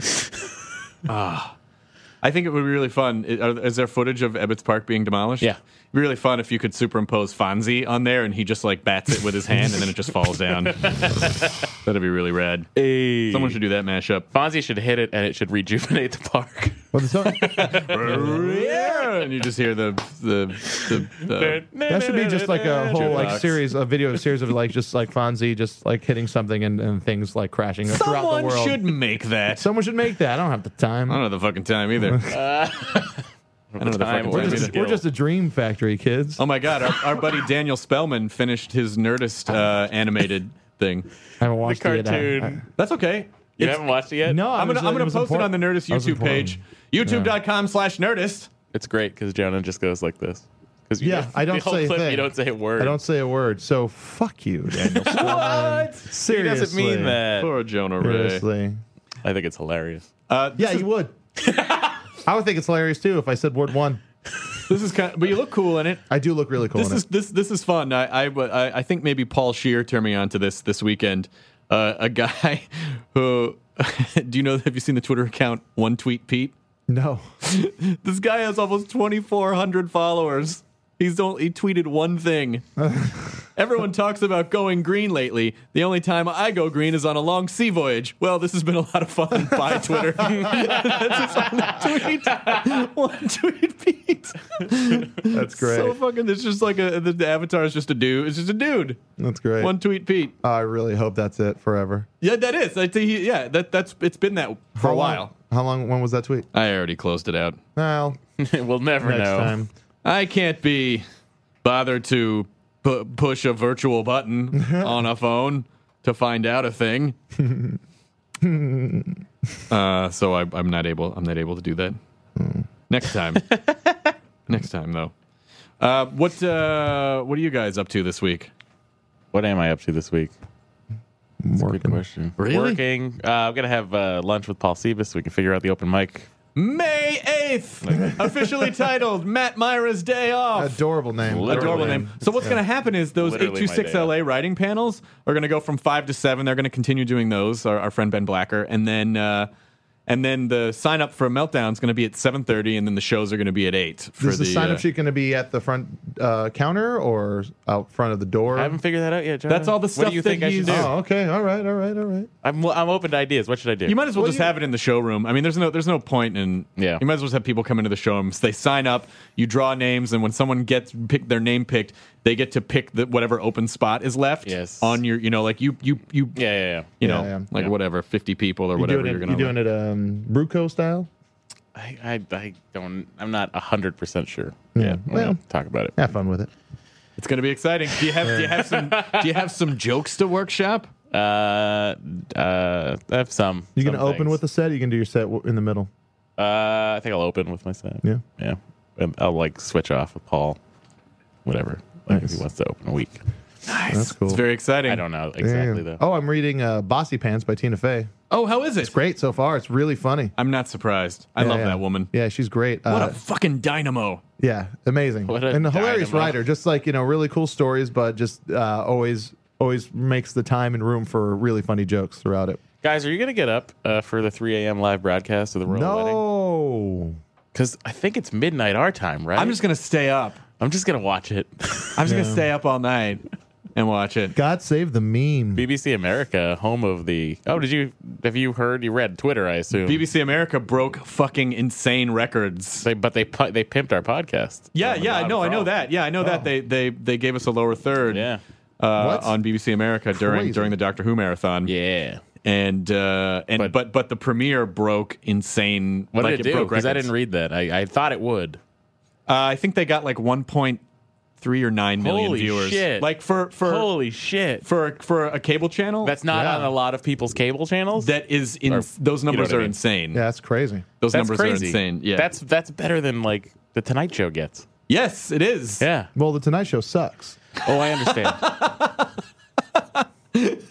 [SPEAKER 8] I think it would be really fun. I- are- Is there footage of Ebbets Park being demolished?
[SPEAKER 10] Yeah.
[SPEAKER 8] It'd be really fun if you could superimpose Fonzie on there and he just like bats it with his hand and then it just falls down. That'd be really rad. Someone should do that mashup.
[SPEAKER 10] Fonzie should hit it, and it should rejuvenate the park.
[SPEAKER 9] Well, the song,
[SPEAKER 8] and you just hear the the, the uh,
[SPEAKER 9] that should be just like a whole like
[SPEAKER 8] Jukebox.
[SPEAKER 9] series, a video series of like just like Fonzie just like hitting something and, and things like crashing throughout the
[SPEAKER 8] Someone
[SPEAKER 9] world.
[SPEAKER 8] should make that.
[SPEAKER 9] Someone should make that. I don't have the time.
[SPEAKER 8] I don't know the fucking time either. I don't know the
[SPEAKER 10] time
[SPEAKER 8] fucking
[SPEAKER 10] or
[SPEAKER 8] time
[SPEAKER 10] the
[SPEAKER 8] either.
[SPEAKER 10] skill.
[SPEAKER 9] We're just a dream factory, kids.
[SPEAKER 8] Oh my god, our, our buddy Daniel Spellman finished his Nerdist uh, animated thing.
[SPEAKER 9] I haven't watched it yet. I-
[SPEAKER 10] cartoon.
[SPEAKER 8] That's okay.
[SPEAKER 10] You
[SPEAKER 8] It's-
[SPEAKER 10] haven't watched it yet?
[SPEAKER 9] I- no, I
[SPEAKER 8] I'm
[SPEAKER 9] was-
[SPEAKER 8] gonna, I'm gonna
[SPEAKER 9] was
[SPEAKER 8] post it on
[SPEAKER 9] important.
[SPEAKER 8] the Nerdist
[SPEAKER 9] That was
[SPEAKER 8] YouTube
[SPEAKER 9] important.
[SPEAKER 8] page, youtube.com slash Nerdist.
[SPEAKER 10] It's great because Jonah just goes like this. Because
[SPEAKER 9] Yeah, I don't
[SPEAKER 10] the whole
[SPEAKER 9] say a
[SPEAKER 10] clip,
[SPEAKER 9] thing.
[SPEAKER 10] You don't say a word.
[SPEAKER 9] I don't say a word. So fuck you, Daniel. what? Seriously.
[SPEAKER 10] He doesn't mean that.
[SPEAKER 8] Poor Jonah Ray.
[SPEAKER 9] Seriously.
[SPEAKER 10] I think it's hilarious.
[SPEAKER 8] Uh,
[SPEAKER 9] Yeah, you would. I would think it's hilarious too if I said word one.
[SPEAKER 8] this is kind of, but you look cool in it.
[SPEAKER 9] I do look really cool.
[SPEAKER 8] This
[SPEAKER 9] in
[SPEAKER 8] is
[SPEAKER 9] it.
[SPEAKER 8] this this is fun. I I, I- I think maybe Paul Shear turned me on to this this weekend. Uh, a guy who do you know? Have you seen the Twitter account One Tweet Pete?
[SPEAKER 9] no.
[SPEAKER 8] This guy has almost 2,400 followers. He's only he tweeted one thing. Everyone talks about going green lately. The only time I go green is on a long sea voyage. Well, this has been a lot of fun. Bye, Twitter. That's his only tweet. One tweet, Pete.
[SPEAKER 9] That's great.
[SPEAKER 8] So fucking. It's just like a the, the avatar is just a dude. It's just a dude.
[SPEAKER 9] that's great.
[SPEAKER 8] One tweet, Pete.
[SPEAKER 9] I really hope that's it forever.
[SPEAKER 8] Yeah, that is. That's, he- yeah, that that's it's been that for
[SPEAKER 9] How
[SPEAKER 8] a
[SPEAKER 9] long-
[SPEAKER 8] while.
[SPEAKER 9] How long? When was that tweet?
[SPEAKER 8] I already closed it out.
[SPEAKER 9] Well,
[SPEAKER 10] we'll never
[SPEAKER 9] next
[SPEAKER 10] know.
[SPEAKER 9] time.
[SPEAKER 8] I can't be bothered to pu- push a virtual button on a phone to find out a thing. uh, so I, I'm not able. I'm not able to do that. Next time. Next time, though. Uh, what uh, What are you guys up to this week?
[SPEAKER 10] What am I up to this week?
[SPEAKER 9] Working.
[SPEAKER 10] question. Working. Uh, I'm gonna have uh, lunch with Paul Sebas so we can figure out the open mic.
[SPEAKER 8] May eighth, officially titled Matt Myra's Day Off.
[SPEAKER 9] Adorable name.
[SPEAKER 8] Adorable
[SPEAKER 10] Literally.
[SPEAKER 8] name. So what's going to happen is those
[SPEAKER 10] Literally my
[SPEAKER 8] 826
[SPEAKER 10] day
[SPEAKER 8] LA writing panels are going to go from five to seven. They're going to continue doing those. Our, our friend Ben Blacker, and then uh, and then the sign up for Meltdown is going to be at 7:30, and then the shows are going to be at eight. For
[SPEAKER 9] Is the, sign up
[SPEAKER 8] uh,
[SPEAKER 9] sheet going to be at the front uh, counter or out front of the door?
[SPEAKER 10] I haven't figured that out yet. Jonah.
[SPEAKER 8] That's all the
[SPEAKER 10] What
[SPEAKER 8] stuff
[SPEAKER 10] do you
[SPEAKER 8] that
[SPEAKER 10] think I
[SPEAKER 8] he's-
[SPEAKER 10] should do?
[SPEAKER 9] oh, okay. All right. All right. All right.
[SPEAKER 10] I'm I'm open to ideas. What should I do?
[SPEAKER 8] You might as well,
[SPEAKER 9] Well,
[SPEAKER 8] just
[SPEAKER 9] you-
[SPEAKER 8] have it in the showroom. I mean, there's no there's no point in
[SPEAKER 10] Yeah.
[SPEAKER 8] You might as well just have people come into the showroom. So they sign up, you draw names, and when someone gets pick their name picked, they get to pick the whatever open spot is left.
[SPEAKER 10] Yes.
[SPEAKER 8] On your you know like you you you
[SPEAKER 10] yeah, yeah, yeah.
[SPEAKER 8] you
[SPEAKER 9] Yeah,
[SPEAKER 8] know
[SPEAKER 9] yeah.
[SPEAKER 8] like
[SPEAKER 10] Yeah.
[SPEAKER 8] whatever 50 people or
[SPEAKER 9] You
[SPEAKER 8] whatever
[SPEAKER 9] doing
[SPEAKER 8] you're
[SPEAKER 9] it?
[SPEAKER 8] gonna
[SPEAKER 9] You doing it? Um, Bruco style.
[SPEAKER 10] I, I, I don't. I'm not hundred percent sure.
[SPEAKER 9] Yeah.
[SPEAKER 10] yet. We're
[SPEAKER 9] Well-
[SPEAKER 10] gonna talk about it.
[SPEAKER 9] Have fun with it.
[SPEAKER 8] It's gonna be exciting. Do you have do you have some do you have some jokes to workshop?
[SPEAKER 10] Uh, uh, I have some.
[SPEAKER 9] You
[SPEAKER 10] some
[SPEAKER 9] going to open
[SPEAKER 10] things.
[SPEAKER 9] with a set? or You can do your set w- in the middle.
[SPEAKER 10] Uh, I think I'll open with my set.
[SPEAKER 9] Yeah.
[SPEAKER 10] yeah. And I'll like switch off with Paul, whatever. Like if he
[SPEAKER 9] Nice.
[SPEAKER 10] wants to open a week.
[SPEAKER 9] That's cool.
[SPEAKER 8] It's very exciting.
[SPEAKER 10] I don't know
[SPEAKER 9] Yeah.
[SPEAKER 10] exactly though.
[SPEAKER 9] Oh, I'm reading uh, Bossy Pants by Tina Fey.
[SPEAKER 8] Oh, how is it? It's
[SPEAKER 9] Great so far. It's really funny.
[SPEAKER 8] I'm not surprised. I
[SPEAKER 9] Yeah,
[SPEAKER 8] love
[SPEAKER 9] yeah.
[SPEAKER 8] that woman.
[SPEAKER 9] Yeah, she's great.
[SPEAKER 8] What
[SPEAKER 9] uh,
[SPEAKER 8] a fucking dynamo.
[SPEAKER 9] yeah, amazing.
[SPEAKER 10] What a
[SPEAKER 9] and a hilarious
[SPEAKER 10] dynamo.
[SPEAKER 9] writer. Just like, you know, really cool stories, but just uh, always always makes the time and room for really funny jokes throughout it.
[SPEAKER 10] Guys, are you gonna get up uh, for the 3 a.m. live broadcast of the royal wedding?
[SPEAKER 9] No.
[SPEAKER 10] Because I think it's midnight our time, right?
[SPEAKER 8] I'm just gonna stay up.
[SPEAKER 10] I'm just gonna watch it.
[SPEAKER 8] I'm just gonna stay up all night and watch it.
[SPEAKER 9] God save the meme.
[SPEAKER 10] BBC America, home of the. Oh, did you have you heard? You read Twitter, I assume.
[SPEAKER 8] BBC America broke fucking insane records.
[SPEAKER 10] They, but they pu- they pimped our podcast.
[SPEAKER 8] yeah,
[SPEAKER 10] Um,
[SPEAKER 8] yeah, I
[SPEAKER 10] Bob
[SPEAKER 8] know, I know
[SPEAKER 10] Crawl.
[SPEAKER 8] that. Yeah, I know that. They they they gave us a lower third.
[SPEAKER 10] Yeah,
[SPEAKER 8] Uh,
[SPEAKER 9] What?
[SPEAKER 8] on BBC America during
[SPEAKER 9] Crazy.
[SPEAKER 8] during the Doctor Who marathon.
[SPEAKER 10] yeah.
[SPEAKER 8] And uh and but
[SPEAKER 10] But-
[SPEAKER 8] but, the premiere broke insane.
[SPEAKER 10] What
[SPEAKER 8] like
[SPEAKER 10] did it, do?
[SPEAKER 8] broke
[SPEAKER 10] Because I
[SPEAKER 8] records.
[SPEAKER 10] didn't read that. I, I thought it would.
[SPEAKER 8] Uh, I think they got like 1.3 or 9 million
[SPEAKER 10] Holy
[SPEAKER 8] viewers.
[SPEAKER 10] shit.
[SPEAKER 8] Like for for
[SPEAKER 10] Holy shit!
[SPEAKER 8] for for a cable channel
[SPEAKER 10] That's not
[SPEAKER 9] Yeah.
[SPEAKER 10] on a lot of people's cable channels.
[SPEAKER 8] that is in
[SPEAKER 10] Or-
[SPEAKER 8] those
[SPEAKER 10] you know
[SPEAKER 8] numbers
[SPEAKER 10] what I
[SPEAKER 8] are
[SPEAKER 10] mean.
[SPEAKER 8] insane.
[SPEAKER 9] yeah, that's crazy.
[SPEAKER 8] Those
[SPEAKER 10] that's
[SPEAKER 8] numbers
[SPEAKER 10] crazy.
[SPEAKER 8] are insane. Yeah.
[SPEAKER 10] that's that's better than like the Tonight Show gets.
[SPEAKER 8] yes, it is.
[SPEAKER 10] Yeah.
[SPEAKER 9] Well, the Tonight Show sucks.
[SPEAKER 10] Oh, I understand.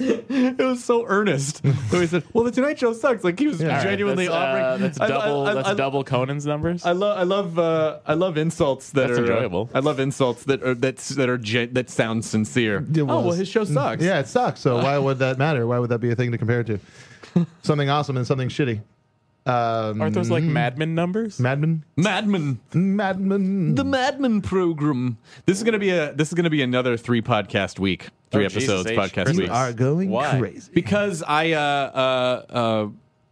[SPEAKER 8] It was so earnest. so he said, "Well, the Tonight Show sucks." Like he was
[SPEAKER 9] Yeah.
[SPEAKER 8] genuinely
[SPEAKER 10] that's,
[SPEAKER 8] offering.
[SPEAKER 10] Uh, that's
[SPEAKER 8] I- I-
[SPEAKER 10] double.
[SPEAKER 8] I-
[SPEAKER 10] that's
[SPEAKER 8] I-
[SPEAKER 10] double Conan's numbers.
[SPEAKER 8] I love I love uh, I love insults that
[SPEAKER 10] That's
[SPEAKER 8] are uh,
[SPEAKER 10] enjoyable.
[SPEAKER 8] I love insults that are that that are gen- that sound sincere.
[SPEAKER 9] It
[SPEAKER 8] Oh well,
[SPEAKER 9] was-
[SPEAKER 8] his show sucks.
[SPEAKER 9] Yeah, it sucks. So why would that matter? Why would that be a thing to compare to? Something awesome and something shitty. Um,
[SPEAKER 10] Aren't those like
[SPEAKER 8] Mm-hmm.
[SPEAKER 10] Madmen numbers?
[SPEAKER 9] Madman?
[SPEAKER 8] Madman.
[SPEAKER 9] Madman.
[SPEAKER 8] The Madman program. This is gonna be a this is gonna be another three podcast week, three
[SPEAKER 10] Oh, Jesus
[SPEAKER 8] episodes
[SPEAKER 10] H.
[SPEAKER 8] podcast
[SPEAKER 10] Christmas.
[SPEAKER 8] week.
[SPEAKER 9] you are going
[SPEAKER 10] Why?
[SPEAKER 9] crazy.
[SPEAKER 8] Because I uh, uh, uh,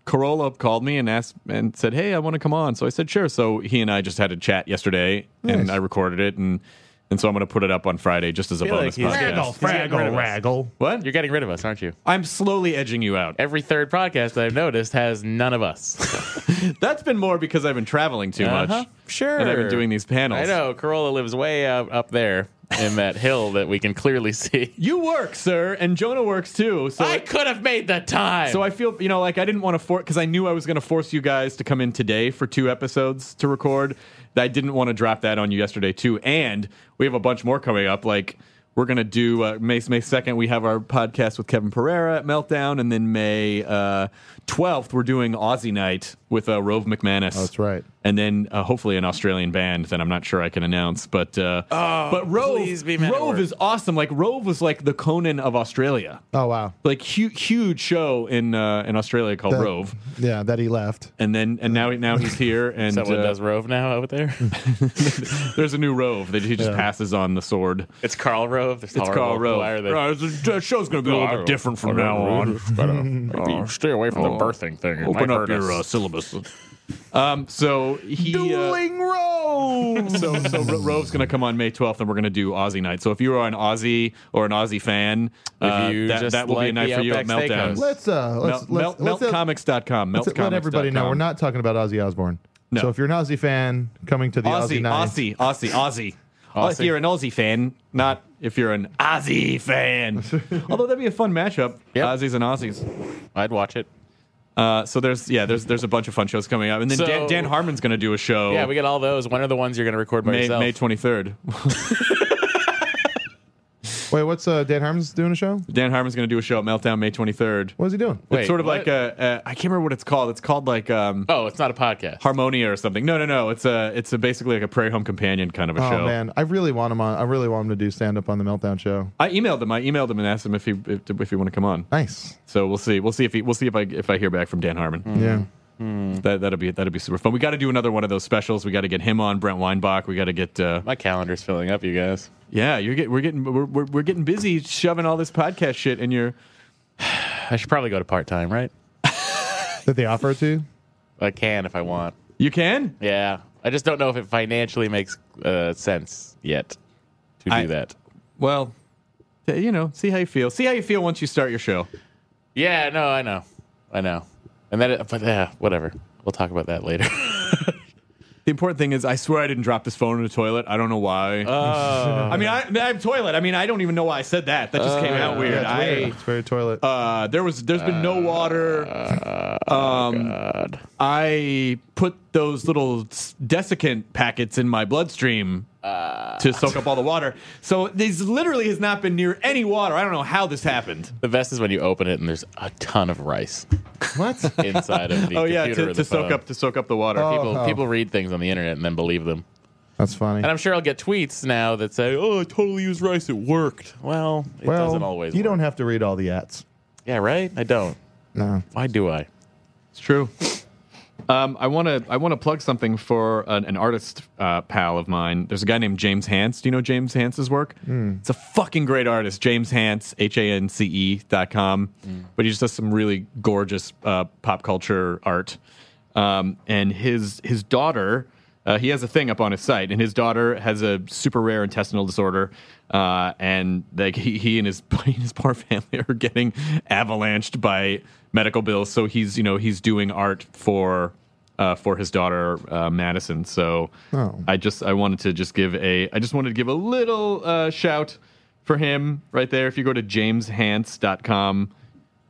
[SPEAKER 8] Corolla called me and asked and said, "Hey, I want to come on." So I said, "Sure." So he and I just had a chat yesterday, and
[SPEAKER 9] Nice.
[SPEAKER 8] I recorded it, and and so I'm going to put it up on Friday just as a
[SPEAKER 10] Feel like
[SPEAKER 8] bonus
[SPEAKER 10] he's
[SPEAKER 8] podcast.
[SPEAKER 10] getting- he's getting rid of us.
[SPEAKER 8] What?
[SPEAKER 10] You're getting rid of us, aren't you?
[SPEAKER 8] I'm slowly edging you out.
[SPEAKER 10] Every third podcast I've noticed has none of us.
[SPEAKER 8] That's been more because I've been traveling too
[SPEAKER 10] Uh-huh.
[SPEAKER 8] much.
[SPEAKER 10] Sure.
[SPEAKER 8] And I've been doing these panels.
[SPEAKER 10] I know. Corolla lives way up, up there in that hill that we can clearly see.
[SPEAKER 8] You work, sir, and Jonah works too. So
[SPEAKER 10] I could have made the time.
[SPEAKER 8] So I feel, you know, like I didn't want to force because I knew I was going to force you guys to come in today for two episodes to record. I didn't want to drop that on you yesterday too, and we have a bunch more coming up. Like we're going to do uh, May May second. We have our podcast with Kevin Pereira at Meltdown, and then May uh, twelfth we're doing Aussie Night with uh, Rove McManus.
[SPEAKER 9] That's right.
[SPEAKER 8] And then uh, hopefully an Australian band that I'm not sure I can announce, but uh, but
[SPEAKER 10] Oh, please
[SPEAKER 8] Rove
[SPEAKER 10] be men at
[SPEAKER 8] Rove
[SPEAKER 10] work.
[SPEAKER 8] is awesome. Like Rove was like the Conan of Australia
[SPEAKER 9] Oh wow.
[SPEAKER 8] like hu- huge show in uh, in Australia called
[SPEAKER 9] That-
[SPEAKER 8] Rove,
[SPEAKER 9] Yeah, that he left.
[SPEAKER 8] and then and now now he's here, and
[SPEAKER 10] Someone
[SPEAKER 8] uh,
[SPEAKER 10] does Rove now over there.
[SPEAKER 8] there's a new Rove that he just
[SPEAKER 9] Yeah.
[SPEAKER 8] passes on the sword.
[SPEAKER 10] it's Carl Rove. It's
[SPEAKER 8] It's Carl Rove.
[SPEAKER 10] Why are they?
[SPEAKER 8] Right, the the show's going to be a little bit different from now on.
[SPEAKER 10] Oh, stay away from the birthing thing. It might
[SPEAKER 8] Open up
[SPEAKER 10] hurt
[SPEAKER 8] your
[SPEAKER 10] us.
[SPEAKER 8] uh, syllabus. Um, so he uh,
[SPEAKER 9] Rove.
[SPEAKER 8] so so Ro- Rove's going to come on May 12th, and we're going to do Aussie night. So if you are an Aussie or an Aussie fan, uh,
[SPEAKER 10] If you
[SPEAKER 8] that,
[SPEAKER 10] just
[SPEAKER 8] that will be a
[SPEAKER 10] like
[SPEAKER 8] night
[SPEAKER 10] the
[SPEAKER 8] for you at Meltdown.
[SPEAKER 10] Outback Steakhouse.
[SPEAKER 9] let's uh let's
[SPEAKER 8] Melt,
[SPEAKER 9] let's,
[SPEAKER 8] melt,
[SPEAKER 9] let's, uh,
[SPEAKER 8] meltcomics.com.
[SPEAKER 9] let's
[SPEAKER 8] Meltcomics.com.
[SPEAKER 9] let everybody know we're not talking about Ozzy Osbourne.
[SPEAKER 8] No.
[SPEAKER 9] So if you're an Ozzy fan coming to the Ozzy,
[SPEAKER 8] Aussie,
[SPEAKER 9] night,
[SPEAKER 8] Aussie, Aussie, Aussie. Oh, If
[SPEAKER 10] Aussie.
[SPEAKER 8] you're an Aussie fan, not if you're an Aussie fan. Although that'd be a fun matchup,
[SPEAKER 10] Yep.
[SPEAKER 8] Aussies and Aussies.
[SPEAKER 10] I'd watch it.
[SPEAKER 8] Uh, so there's yeah, there's there's a bunch of fun shows coming up, and then
[SPEAKER 10] So-
[SPEAKER 8] Dan, Dan Harmon's going to do a show.
[SPEAKER 10] Yeah, we get all those. When are the ones you're going to record by
[SPEAKER 8] May
[SPEAKER 10] yourself?
[SPEAKER 8] May 23rd.
[SPEAKER 9] Wait, what's uh, Dan Harmon's doing a show?
[SPEAKER 8] Dan Harmon's going to do a show at Meltdown May 23rd.
[SPEAKER 9] What is he doing?
[SPEAKER 10] Wait,
[SPEAKER 8] it's sort of
[SPEAKER 10] what?
[SPEAKER 8] like a, a I can't remember what it's called. It's called like um,
[SPEAKER 10] oh, it's not a podcast.
[SPEAKER 8] Harmonia or something. No, no, no. It's a it's a basically like a Prairie Home Companion kind of a
[SPEAKER 9] Oh
[SPEAKER 8] show.
[SPEAKER 9] man, I really want him on. I really want him to do stand up on the Meltdown show.
[SPEAKER 8] I emailed him. I emailed him and asked him if he if, if he want to come on.
[SPEAKER 9] Nice.
[SPEAKER 8] So we'll see. We'll see if he, we'll see if I if I hear back from Dan Harmon.
[SPEAKER 9] Yeah.
[SPEAKER 8] That that'll be that'll be super fun. We got to do another one of those specials. We got to get him on Brent Weinbach. We got to get uh,
[SPEAKER 10] My calendar's filling up, you guys.
[SPEAKER 8] yeah. You're get, we're getting we're, we're we're getting busy shoving all this podcast shit in your
[SPEAKER 10] I should probably go to part time, right?
[SPEAKER 9] That they offer it to? you?
[SPEAKER 10] I can if I want.
[SPEAKER 8] you can.
[SPEAKER 10] Yeah, I just don't know if it financially makes uh, sense yet to do
[SPEAKER 8] I-
[SPEAKER 10] that.
[SPEAKER 8] Well, uh, you know, see how you feel. See how you feel once you start your show.
[SPEAKER 10] Yeah, no, I know, I know, and then it, but uh, whatever. We'll talk about that later.
[SPEAKER 8] The important thing is, I swear I didn't drop this phone in the toilet. I don't know why.
[SPEAKER 9] Uh,
[SPEAKER 8] Uh, I mean, I, I have toilet. I mean, I don't even know why I said that. That just came out weird.
[SPEAKER 9] Yeah, it's, uh, weird.
[SPEAKER 8] I
[SPEAKER 9] it's very toilet.
[SPEAKER 8] uh, there was there's been no water. um,
[SPEAKER 10] oh, God.
[SPEAKER 8] I put those little s- desiccant packets in my bloodstream
[SPEAKER 10] Uh.
[SPEAKER 8] to soak up all the water. So this literally has not been near any water. I don't know how this happened.
[SPEAKER 10] The best is when you open it and there's a ton of rice
[SPEAKER 9] what?
[SPEAKER 10] inside of the
[SPEAKER 8] oh
[SPEAKER 10] computer
[SPEAKER 8] yeah,
[SPEAKER 10] or
[SPEAKER 8] to,
[SPEAKER 10] the
[SPEAKER 8] to soak
[SPEAKER 10] phone.
[SPEAKER 8] up to soak up the water.
[SPEAKER 9] Oh.
[SPEAKER 10] People, people read things on the internet and then believe them.
[SPEAKER 9] That's funny.
[SPEAKER 10] And I'm sure I'll get tweets now that say, "Oh, I totally used rice. It worked." Well, it
[SPEAKER 9] well,
[SPEAKER 10] doesn't always.
[SPEAKER 9] you
[SPEAKER 10] work.
[SPEAKER 9] don't have to read all the ads.
[SPEAKER 10] Yeah, right. I don't.
[SPEAKER 9] No.
[SPEAKER 10] Why do I?
[SPEAKER 8] It's true. Um, I want to I want to plug something for an, an artist uh, pal of mine. There's a guy named James Hance. Do you know James Hance's work? It's a fucking great artist. James Hance, H A N C E dot com. But he just does some really gorgeous uh, pop culture art. Um, and his his daughter, uh, he has a thing up on his site, and his daughter has a super rare intestinal disorder, uh, and like he, he and his he and his poor family are getting avalanched by medical bills. So he's you know he's doing art for uh, for his daughter uh, Madison. So
[SPEAKER 9] Oh.
[SPEAKER 8] I just I wanted to just give a I just wanted to give a little uh, shout for him right there. If you go to jameshance.com,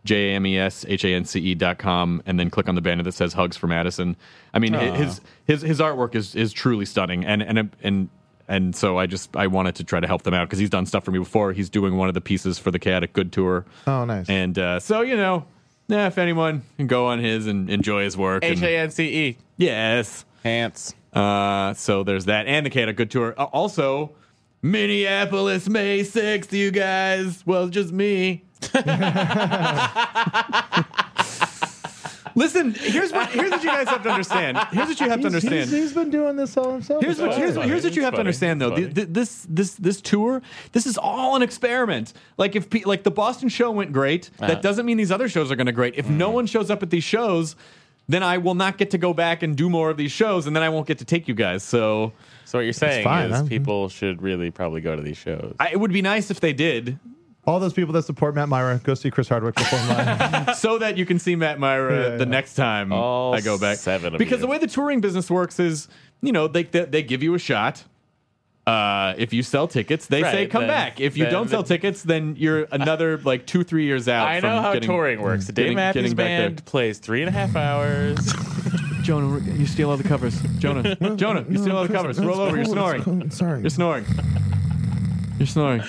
[SPEAKER 8] J A M E S H A N C E dot com, and then click on the banner that says "Hugs for Madison." I mean, hi- his his his artwork is is truly stunning, and and and and so I just I wanted to try to help them out because he's done stuff for me before. He's doing one of the pieces for the Chaotic Good tour.
[SPEAKER 9] Oh, nice.
[SPEAKER 8] And uh, so you know, yeah, if anyone can go on his and enjoy his work, and-
[SPEAKER 10] H a n c e.
[SPEAKER 8] yes.
[SPEAKER 10] Pants.
[SPEAKER 8] Uh, so there's that, and the Chaotic Good tour. Uh, also, Minneapolis May sixth, you guys. Well, just me. Listen, here's what here's what you guys have to understand. Here's what you have to
[SPEAKER 9] He's- he's-
[SPEAKER 8] understand.
[SPEAKER 9] he's been doing this all himself.
[SPEAKER 8] Here's what, here's, what- here's what you have to understand though. Th- th- This this this tour, this is all an experiment. Like if pe- like the Boston show went great,
[SPEAKER 10] Uh-huh.
[SPEAKER 8] that doesn't mean these other shows are going to great. If no one shows up at these shows, then I will not get to go back and do more of these shows, and then I won't get to take you guys. So
[SPEAKER 10] So what you're saying
[SPEAKER 9] fine,
[SPEAKER 10] is
[SPEAKER 9] I'm-
[SPEAKER 10] people should really probably go to these shows.
[SPEAKER 8] I, it would be nice if they did,
[SPEAKER 9] All those people that support Matt Myra, go see Chris Hardwick perform live.
[SPEAKER 8] so that you can see Matt Myra
[SPEAKER 9] Yeah, yeah.
[SPEAKER 8] the next time
[SPEAKER 10] All
[SPEAKER 8] I go back.
[SPEAKER 10] seven of
[SPEAKER 8] because the
[SPEAKER 10] you.
[SPEAKER 8] way the touring business works is, you know, they they, they give you a shot. Uh, if you sell tickets, they say
[SPEAKER 10] Right,
[SPEAKER 8] come
[SPEAKER 10] then-
[SPEAKER 8] back. If you
[SPEAKER 10] then-
[SPEAKER 8] don't sell
[SPEAKER 10] then-
[SPEAKER 8] tickets, then you're another like two three years out.
[SPEAKER 10] I
[SPEAKER 8] from
[SPEAKER 10] know how
[SPEAKER 8] getting-
[SPEAKER 10] touring works. The Dave
[SPEAKER 8] getting-
[SPEAKER 10] Matthews
[SPEAKER 8] getting back there.
[SPEAKER 10] Band plays three and a half hours.
[SPEAKER 8] Jonah, you steal all the covers. Jonah, Jonah, you steal all the covers. Roll over. You're snoring.
[SPEAKER 9] Sorry. Hmm,
[SPEAKER 8] You're snoring. You're snoring.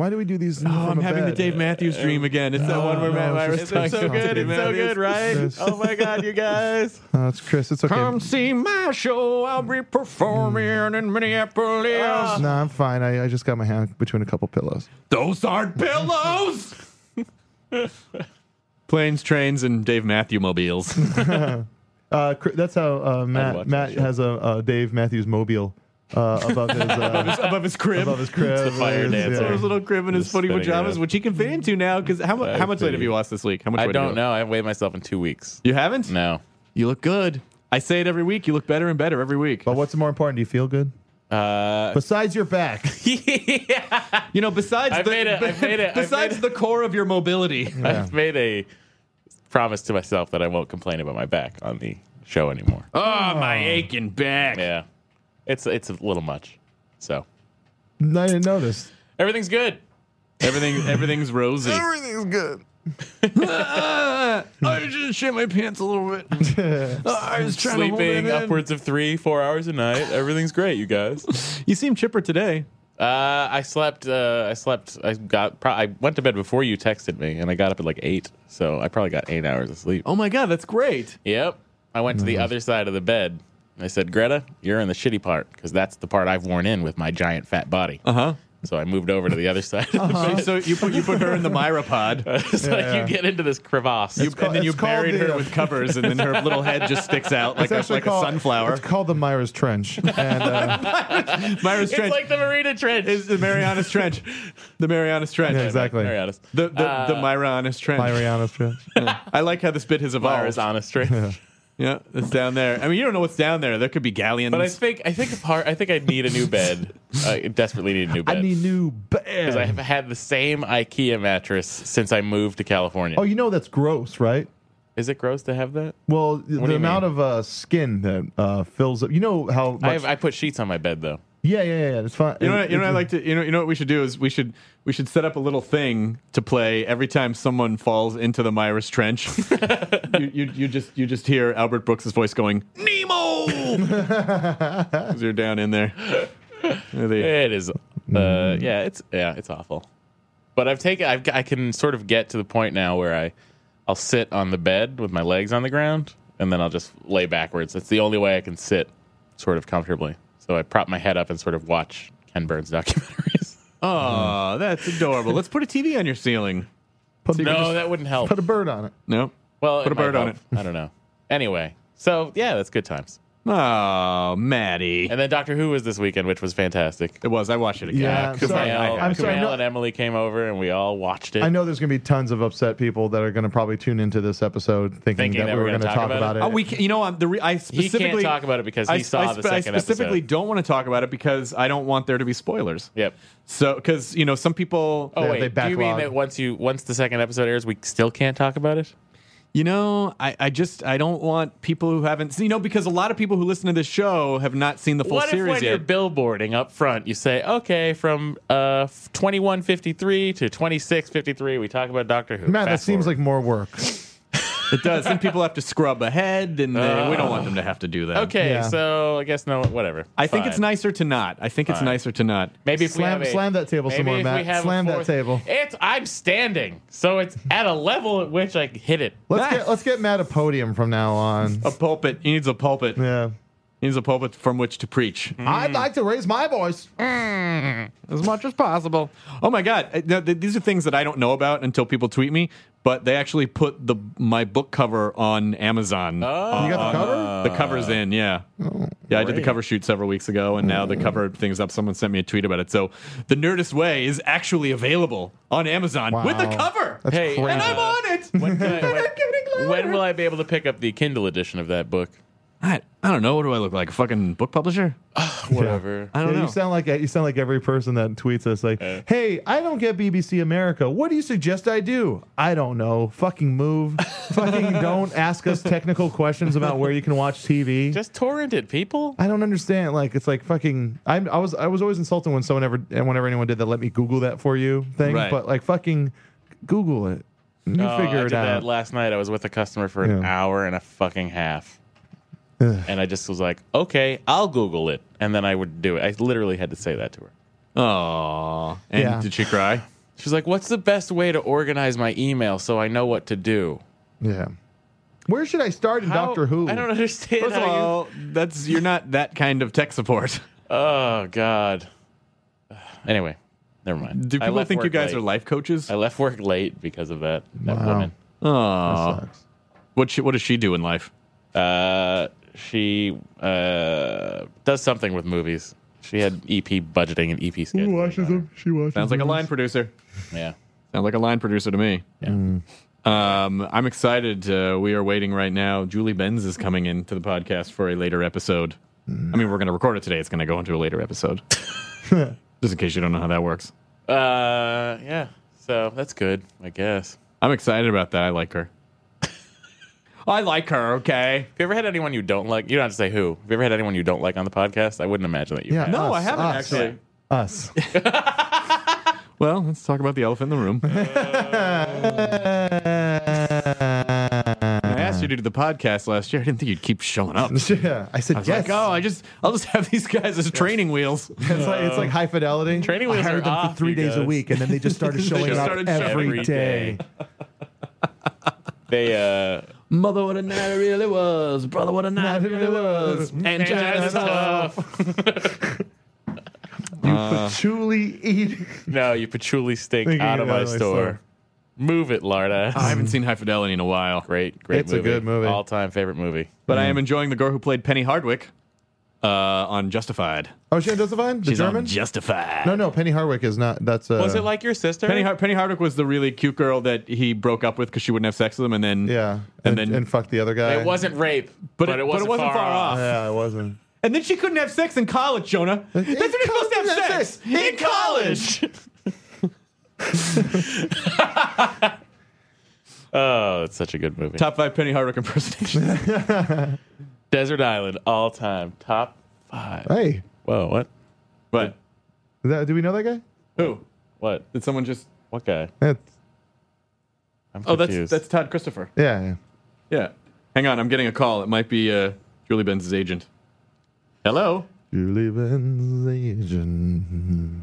[SPEAKER 9] Why do we do these?
[SPEAKER 8] Oh, I'm having the Dave
[SPEAKER 10] Uh,
[SPEAKER 8] Matthews dream again. It's that one where
[SPEAKER 9] no,
[SPEAKER 8] Matt
[SPEAKER 9] it's
[SPEAKER 8] Myra's
[SPEAKER 9] just-
[SPEAKER 8] talking
[SPEAKER 9] it's so
[SPEAKER 8] about
[SPEAKER 9] good,
[SPEAKER 8] Dave
[SPEAKER 9] it's so
[SPEAKER 8] Matthews.
[SPEAKER 9] good, right? Yes. Oh
[SPEAKER 8] my God, you guys.
[SPEAKER 9] Oh, it's Chris. It's okay.
[SPEAKER 8] Come see my show. I'll be performing in Minneapolis.
[SPEAKER 9] no, I'm fine. I, I just got my hand between a couple pillows.
[SPEAKER 8] Those aren't pillows. Planes, trains, and Dave Matthew mobiles.
[SPEAKER 9] Uh, Chri- that's how uh, Matt
[SPEAKER 10] watch
[SPEAKER 9] Matt
[SPEAKER 10] that show.
[SPEAKER 9] has a, uh Dave Matthews mobile uh, above his uh,
[SPEAKER 8] Above his crib.
[SPEAKER 9] above his crib.
[SPEAKER 10] the fire
[SPEAKER 9] It's-
[SPEAKER 10] dancer.
[SPEAKER 8] So his little crib in his
[SPEAKER 10] Just
[SPEAKER 8] footy
[SPEAKER 10] spinning
[SPEAKER 8] pajamas,
[SPEAKER 10] around.
[SPEAKER 8] which he can fit into now. Because how, mu-
[SPEAKER 10] That's
[SPEAKER 8] how much weight have
[SPEAKER 10] pretty-
[SPEAKER 8] you lost this week? How much?
[SPEAKER 10] I
[SPEAKER 8] weight have you
[SPEAKER 10] don't
[SPEAKER 8] lost?
[SPEAKER 10] know. I haven't weighed myself in two weeks.
[SPEAKER 8] You haven't?
[SPEAKER 10] No.
[SPEAKER 8] You look good. I say it every week. You look better and better every week.
[SPEAKER 9] But what's more important? Do you feel good?
[SPEAKER 10] Uh,
[SPEAKER 9] Besides your back,
[SPEAKER 8] You know, besides
[SPEAKER 10] I've
[SPEAKER 8] the
[SPEAKER 10] made it, I've made it, I've
[SPEAKER 8] besides
[SPEAKER 10] made
[SPEAKER 8] the core of your mobility.
[SPEAKER 10] I've made a promise to myself that I won't complain about my back on the show anymore.
[SPEAKER 8] Oh, my aching back.
[SPEAKER 10] Yeah, it's it's a little much. So
[SPEAKER 9] I didn't notice.
[SPEAKER 10] everything's good.
[SPEAKER 8] Everything everything's rosy.
[SPEAKER 9] Everything's good.
[SPEAKER 8] Ah, I just shit my pants a little bit. Ah, I was trying to hold it
[SPEAKER 10] Sleeping
[SPEAKER 8] in.
[SPEAKER 10] upwards of three, four hours a night. Everything's great, you guys.
[SPEAKER 8] You seem chipper today.
[SPEAKER 10] Uh, I slept. Uh, I slept. I got. Pro- I went to bed before you texted me, and I got up at like eight. So I probably got eight hours of sleep.
[SPEAKER 8] Oh my god, that's great.
[SPEAKER 10] Yep. I went
[SPEAKER 8] Mm-hmm.
[SPEAKER 10] to the other side of the bed. I said, Greta, you're in the shitty part because that's the part I've worn in with my giant fat body. Uh
[SPEAKER 8] Uh-huh.
[SPEAKER 10] So I moved over to the other side. Of the
[SPEAKER 8] So you put you put her in the Myra pod.
[SPEAKER 10] bed. so you get into this crevasse.
[SPEAKER 8] You, and then you
[SPEAKER 9] it's called
[SPEAKER 8] buried
[SPEAKER 9] the,
[SPEAKER 8] her
[SPEAKER 9] uh,
[SPEAKER 8] with covers, and then her little head just sticks out like a, like
[SPEAKER 9] called,
[SPEAKER 8] a sunflower.
[SPEAKER 9] It's called the Myra's Trench. And, uh,
[SPEAKER 8] Myra's
[SPEAKER 10] it's
[SPEAKER 8] Trench
[SPEAKER 10] like the Marina Trench.
[SPEAKER 8] is the Marianas Trench. The Marianas Trench.
[SPEAKER 9] Yeah, exactly.
[SPEAKER 10] Very honest.
[SPEAKER 8] The the, the Myranas Trench.
[SPEAKER 9] Mariana's Trench.
[SPEAKER 8] I like how this bit has evolved.
[SPEAKER 10] Myra's honest trench.
[SPEAKER 8] Yeah, it's down there. I mean, you don't know what's down there. There could be galleons.
[SPEAKER 10] But I think I think a part. I think I need a new bed. I desperately need a new bed.
[SPEAKER 9] I need new
[SPEAKER 10] because I have
[SPEAKER 9] bed.
[SPEAKER 10] had the same IKEA mattress since I moved to California.
[SPEAKER 9] Oh, you know that's gross, right?
[SPEAKER 10] Is it gross to have that?
[SPEAKER 9] Well,
[SPEAKER 10] do
[SPEAKER 9] the
[SPEAKER 10] you
[SPEAKER 9] amount
[SPEAKER 10] mean?
[SPEAKER 9] of uh, skin that uh, fills up. You know how much?
[SPEAKER 10] I, have, I put sheets on my bed though.
[SPEAKER 9] yeah, yeah, yeah. It's fine.
[SPEAKER 8] You know, what, you know what I like to. You know, you know what we should do is we should we should set up a little thing to play every time someone falls into the Myra's trench. you, you you just you just hear Albert Brooks's voice going Nemo because you're down in there. There they-
[SPEAKER 10] It is.
[SPEAKER 9] Mm.
[SPEAKER 10] Uh, yeah, it's yeah, it's awful. But I've taken. I've, I can sort of get to the point now where I, I'll sit on the bed with my legs on the ground, and then I'll just lay backwards. That's the only way I can sit, sort of comfortably. So I prop my head up and sort of watch Ken Burns documentaries.
[SPEAKER 8] Aw, that's adorable. Let's put a TV on your ceiling.
[SPEAKER 9] Put,
[SPEAKER 10] no, that wouldn't help.
[SPEAKER 9] put a bird on it.
[SPEAKER 8] No.
[SPEAKER 10] well,
[SPEAKER 8] put a
[SPEAKER 10] might
[SPEAKER 8] bird on
[SPEAKER 10] help.
[SPEAKER 8] it.
[SPEAKER 10] I don't know. Anyway, so yeah, that's good times.
[SPEAKER 8] Oh, Maddie.
[SPEAKER 10] And then Doctor Who was this weekend, which was fantastic.
[SPEAKER 8] It was. I watched it again.
[SPEAKER 9] Yeah, I'm
[SPEAKER 8] Kumail.
[SPEAKER 9] sorry.
[SPEAKER 10] Kumail,
[SPEAKER 9] I'm sorry,
[SPEAKER 10] Kumail
[SPEAKER 9] no-
[SPEAKER 10] and Emily came over, and we all watched it.
[SPEAKER 9] I know there's going to be tons of upset people that are going to probably tune into this episode thinking,
[SPEAKER 10] Thinking
[SPEAKER 9] that, we were going to talk about it.
[SPEAKER 8] Oh, we can, you know, um, the re- I
[SPEAKER 10] He
[SPEAKER 8] specifically
[SPEAKER 10] can't talk about it because he
[SPEAKER 8] I,
[SPEAKER 10] saw
[SPEAKER 8] I
[SPEAKER 10] the
[SPEAKER 8] spe- I
[SPEAKER 10] second
[SPEAKER 8] specifically
[SPEAKER 10] episode.
[SPEAKER 8] don't want to talk about it because I don't want there to be spoilers.
[SPEAKER 10] Yep.
[SPEAKER 8] So, because you know, some people.
[SPEAKER 10] Oh
[SPEAKER 9] They-
[SPEAKER 10] wait,
[SPEAKER 9] they
[SPEAKER 10] do you mean
[SPEAKER 9] backlog.
[SPEAKER 10] that once you once the second episode airs, we still can't talk about it?
[SPEAKER 8] You know, I, I just I don't want people who haven't seen. You know, because a lot of people who listen to this show have not seen the full
[SPEAKER 10] what if
[SPEAKER 8] series
[SPEAKER 10] when you're
[SPEAKER 8] yet.
[SPEAKER 10] billboarding up front, you say, "Okay, from uh 2153 to 2653, we talk about Doctor Who."
[SPEAKER 9] Matt, that
[SPEAKER 10] Fast
[SPEAKER 9] seems
[SPEAKER 10] forward.
[SPEAKER 9] like more work.
[SPEAKER 8] it does. Some people have to scrub ahead, and they, we don't want them to have to do that.
[SPEAKER 10] okay.
[SPEAKER 9] Yeah.
[SPEAKER 10] So I guess no, whatever.
[SPEAKER 8] I think it's
[SPEAKER 10] Fine.
[SPEAKER 8] nicer to not. I think it's nicer to not.
[SPEAKER 10] Maybe if
[SPEAKER 9] Slam-
[SPEAKER 10] we have a-
[SPEAKER 9] slam that table
[SPEAKER 10] maybe
[SPEAKER 9] some more,
[SPEAKER 10] if
[SPEAKER 9] Matt.
[SPEAKER 10] we have a
[SPEAKER 9] Slam that
[SPEAKER 10] fourth-
[SPEAKER 9] table.
[SPEAKER 10] It's I'm standing, so it's at a level at which I hit it. Oh.
[SPEAKER 9] Let's get let's get Matt a podium from now on.
[SPEAKER 8] A pulpit. He needs a pulpit.
[SPEAKER 9] Yeah.
[SPEAKER 8] He needs a pulpit from which to preach.
[SPEAKER 10] Mm-hmm. Mm.
[SPEAKER 9] I'd like to raise my voice.
[SPEAKER 8] as much as possible. Oh my god, I- th- th- these are things that I don't know about until people tweet me. But they actually put the my book cover on Amazon.
[SPEAKER 10] Oh.
[SPEAKER 9] You got the cover?
[SPEAKER 8] the cover's in, yeah.
[SPEAKER 9] Oh,
[SPEAKER 8] yeah, I did the
[SPEAKER 10] great.
[SPEAKER 8] cover shoot several weeks ago, and now the cover thing's up. Someone sent me a tweet about it. So the Nerdist Way is actually available on Amazon with the
[SPEAKER 9] Wow.
[SPEAKER 8] cover.
[SPEAKER 9] That's
[SPEAKER 10] Hey,
[SPEAKER 9] crazy.
[SPEAKER 8] and I'm on it.
[SPEAKER 10] When, can I- when-
[SPEAKER 8] getting
[SPEAKER 10] when will I be able to pick up the Kindle edition of that book?
[SPEAKER 8] I, I don't know. What do I look like? A fucking book publisher?
[SPEAKER 10] Whatever.
[SPEAKER 8] I don't
[SPEAKER 9] Yeah,
[SPEAKER 8] know.
[SPEAKER 9] You sound like you sound like every person that tweets us like, "Hey, I don't get BBC America. What do you suggest I do? I don't know. Fucking move. Fucking don't ask us technical questions about where you can watch TV.
[SPEAKER 10] Just torrent it, people.
[SPEAKER 9] I don't understand. Like it's like fucking. I, I was I was always insulted when someone ever and whenever anyone did that, let me Google that for you thing.
[SPEAKER 8] Right.
[SPEAKER 9] But like fucking Google it. You
[SPEAKER 10] Oh,
[SPEAKER 9] figure
[SPEAKER 10] I
[SPEAKER 9] it
[SPEAKER 10] did
[SPEAKER 9] out.
[SPEAKER 10] That last night, I was with a customer for an
[SPEAKER 9] Yeah.
[SPEAKER 10] hour and a fucking half,
[SPEAKER 9] Ugh.
[SPEAKER 10] and I just was like, "Okay, I'll Google it," and then I would do it. I literally had to say that to her.
[SPEAKER 8] Aww. And
[SPEAKER 9] Yeah.
[SPEAKER 8] did she cry?
[SPEAKER 10] She's like, "What's the best way to organize my email so I know what to do?"
[SPEAKER 9] yeah. Where should I start in
[SPEAKER 10] How-
[SPEAKER 9] Doctor Who?
[SPEAKER 10] I don't understand.
[SPEAKER 8] First of
[SPEAKER 10] how you-
[SPEAKER 8] all, that's you're not that kind of tech support.
[SPEAKER 10] oh God. Anyway, never mind.
[SPEAKER 8] Do
[SPEAKER 10] I
[SPEAKER 8] people
[SPEAKER 10] left
[SPEAKER 8] think you
[SPEAKER 10] work
[SPEAKER 8] guys
[SPEAKER 10] late.
[SPEAKER 8] are life coaches?
[SPEAKER 10] I left work late because of that. That
[SPEAKER 9] Wow.
[SPEAKER 10] woman.
[SPEAKER 8] Oh,
[SPEAKER 9] Sucks.
[SPEAKER 8] what she, what does she do in life?
[SPEAKER 10] Uh, she uh, does something with movies. She had EP budgeting and EP
[SPEAKER 9] Who
[SPEAKER 10] scheduling.
[SPEAKER 9] watches
[SPEAKER 10] on her.
[SPEAKER 9] them? She watches.
[SPEAKER 8] Sounds like a
[SPEAKER 9] them.
[SPEAKER 8] line producer.
[SPEAKER 10] Yeah.
[SPEAKER 8] Sounds like a line producer to me.
[SPEAKER 10] Yeah.
[SPEAKER 8] Um, I'm excited. Uh, we are waiting right now. Julie Benz is coming into the podcast for a later episode. I mean, we're going to record it today. It's going to go into a later episode. Just in case you don't know how that works.
[SPEAKER 10] Uh, yeah. So that's good, I guess.
[SPEAKER 8] I'm excited about that. I like her. I like her. Okay.
[SPEAKER 10] Have you ever had anyone you don't like? You don't have to say who. Have you ever had anyone you don't like on the podcast? I wouldn't imagine that you.
[SPEAKER 9] Yeah.
[SPEAKER 10] have.
[SPEAKER 8] No, I
[SPEAKER 9] us,
[SPEAKER 8] haven't
[SPEAKER 9] us,
[SPEAKER 8] actually.
[SPEAKER 9] Us.
[SPEAKER 8] Well, let's talk about the elephant in the room.
[SPEAKER 9] Uh,
[SPEAKER 8] I asked you to do the podcast last year. I didn't think you'd keep showing up.
[SPEAKER 9] yeah, I said
[SPEAKER 8] I was
[SPEAKER 9] yes.
[SPEAKER 8] like, oh, I just, I'll just have these guys as training wheels.
[SPEAKER 9] it's, like, it's like high fidelity.
[SPEAKER 10] Training
[SPEAKER 9] I
[SPEAKER 10] wheels
[SPEAKER 9] hired
[SPEAKER 10] are
[SPEAKER 9] them
[SPEAKER 10] off,
[SPEAKER 9] for three
[SPEAKER 10] you
[SPEAKER 9] days a
[SPEAKER 10] guys.
[SPEAKER 9] week, and then they just started showing
[SPEAKER 10] just
[SPEAKER 9] up
[SPEAKER 10] started showing
[SPEAKER 9] every
[SPEAKER 10] every day.
[SPEAKER 9] day.
[SPEAKER 10] They uh,
[SPEAKER 8] Mother, what a night it really was. Brother, what a night it really was. And
[SPEAKER 10] China's
[SPEAKER 8] China's tough.
[SPEAKER 10] tough. Uh.
[SPEAKER 9] You patchouli eat.
[SPEAKER 10] No, you patchouli stink
[SPEAKER 9] Thinking
[SPEAKER 10] out of
[SPEAKER 9] about
[SPEAKER 10] my
[SPEAKER 9] it, like,
[SPEAKER 10] store. Move it, Larda.
[SPEAKER 8] I haven't seen High Fidelity in a while.
[SPEAKER 10] great, great.
[SPEAKER 9] Ah, It's a good movie.
[SPEAKER 10] All time favorite movie.
[SPEAKER 8] But I am enjoying the girl who played Penny Hardwick uh, on Justified.
[SPEAKER 9] Oh, she Josephine? The
[SPEAKER 8] She's
[SPEAKER 9] German?
[SPEAKER 8] on Justified.
[SPEAKER 9] no, no, Penny Hardwick is not. That's uh,
[SPEAKER 10] Was it like your sister?
[SPEAKER 8] Penny, Har- Penny Hardwick was the really cute girl that he broke up with because she wouldn't have sex with him, and then
[SPEAKER 9] yeah,
[SPEAKER 8] and
[SPEAKER 9] and,
[SPEAKER 8] then-
[SPEAKER 9] and fuck the other guy.
[SPEAKER 10] it wasn't rape,
[SPEAKER 8] but,
[SPEAKER 10] but, it, wasn't far, off.
[SPEAKER 9] Yeah, it wasn't.
[SPEAKER 8] And then she couldn't have sex in college, Jonah. That's when you're supposed to have
[SPEAKER 9] college,
[SPEAKER 8] sex in college.
[SPEAKER 10] Oh, it's such a good movie.
[SPEAKER 8] Top five Penny Hardwick impersonations.
[SPEAKER 10] Desert Island, all time top five.
[SPEAKER 9] Hey,
[SPEAKER 10] Whoa, what?
[SPEAKER 8] but
[SPEAKER 9] is that, do we know that guy?
[SPEAKER 8] who
[SPEAKER 10] What?
[SPEAKER 8] did someone just?
[SPEAKER 10] What guy?
[SPEAKER 9] That's,
[SPEAKER 10] I'm
[SPEAKER 8] Oh, that's
[SPEAKER 10] confused.
[SPEAKER 8] that's Todd Christopher.
[SPEAKER 9] yeah, yeah.
[SPEAKER 8] Yeah. Hang on, I'm getting a call. It might be uh, Julie Benz's agent. Hello.
[SPEAKER 9] Julie Benz agent.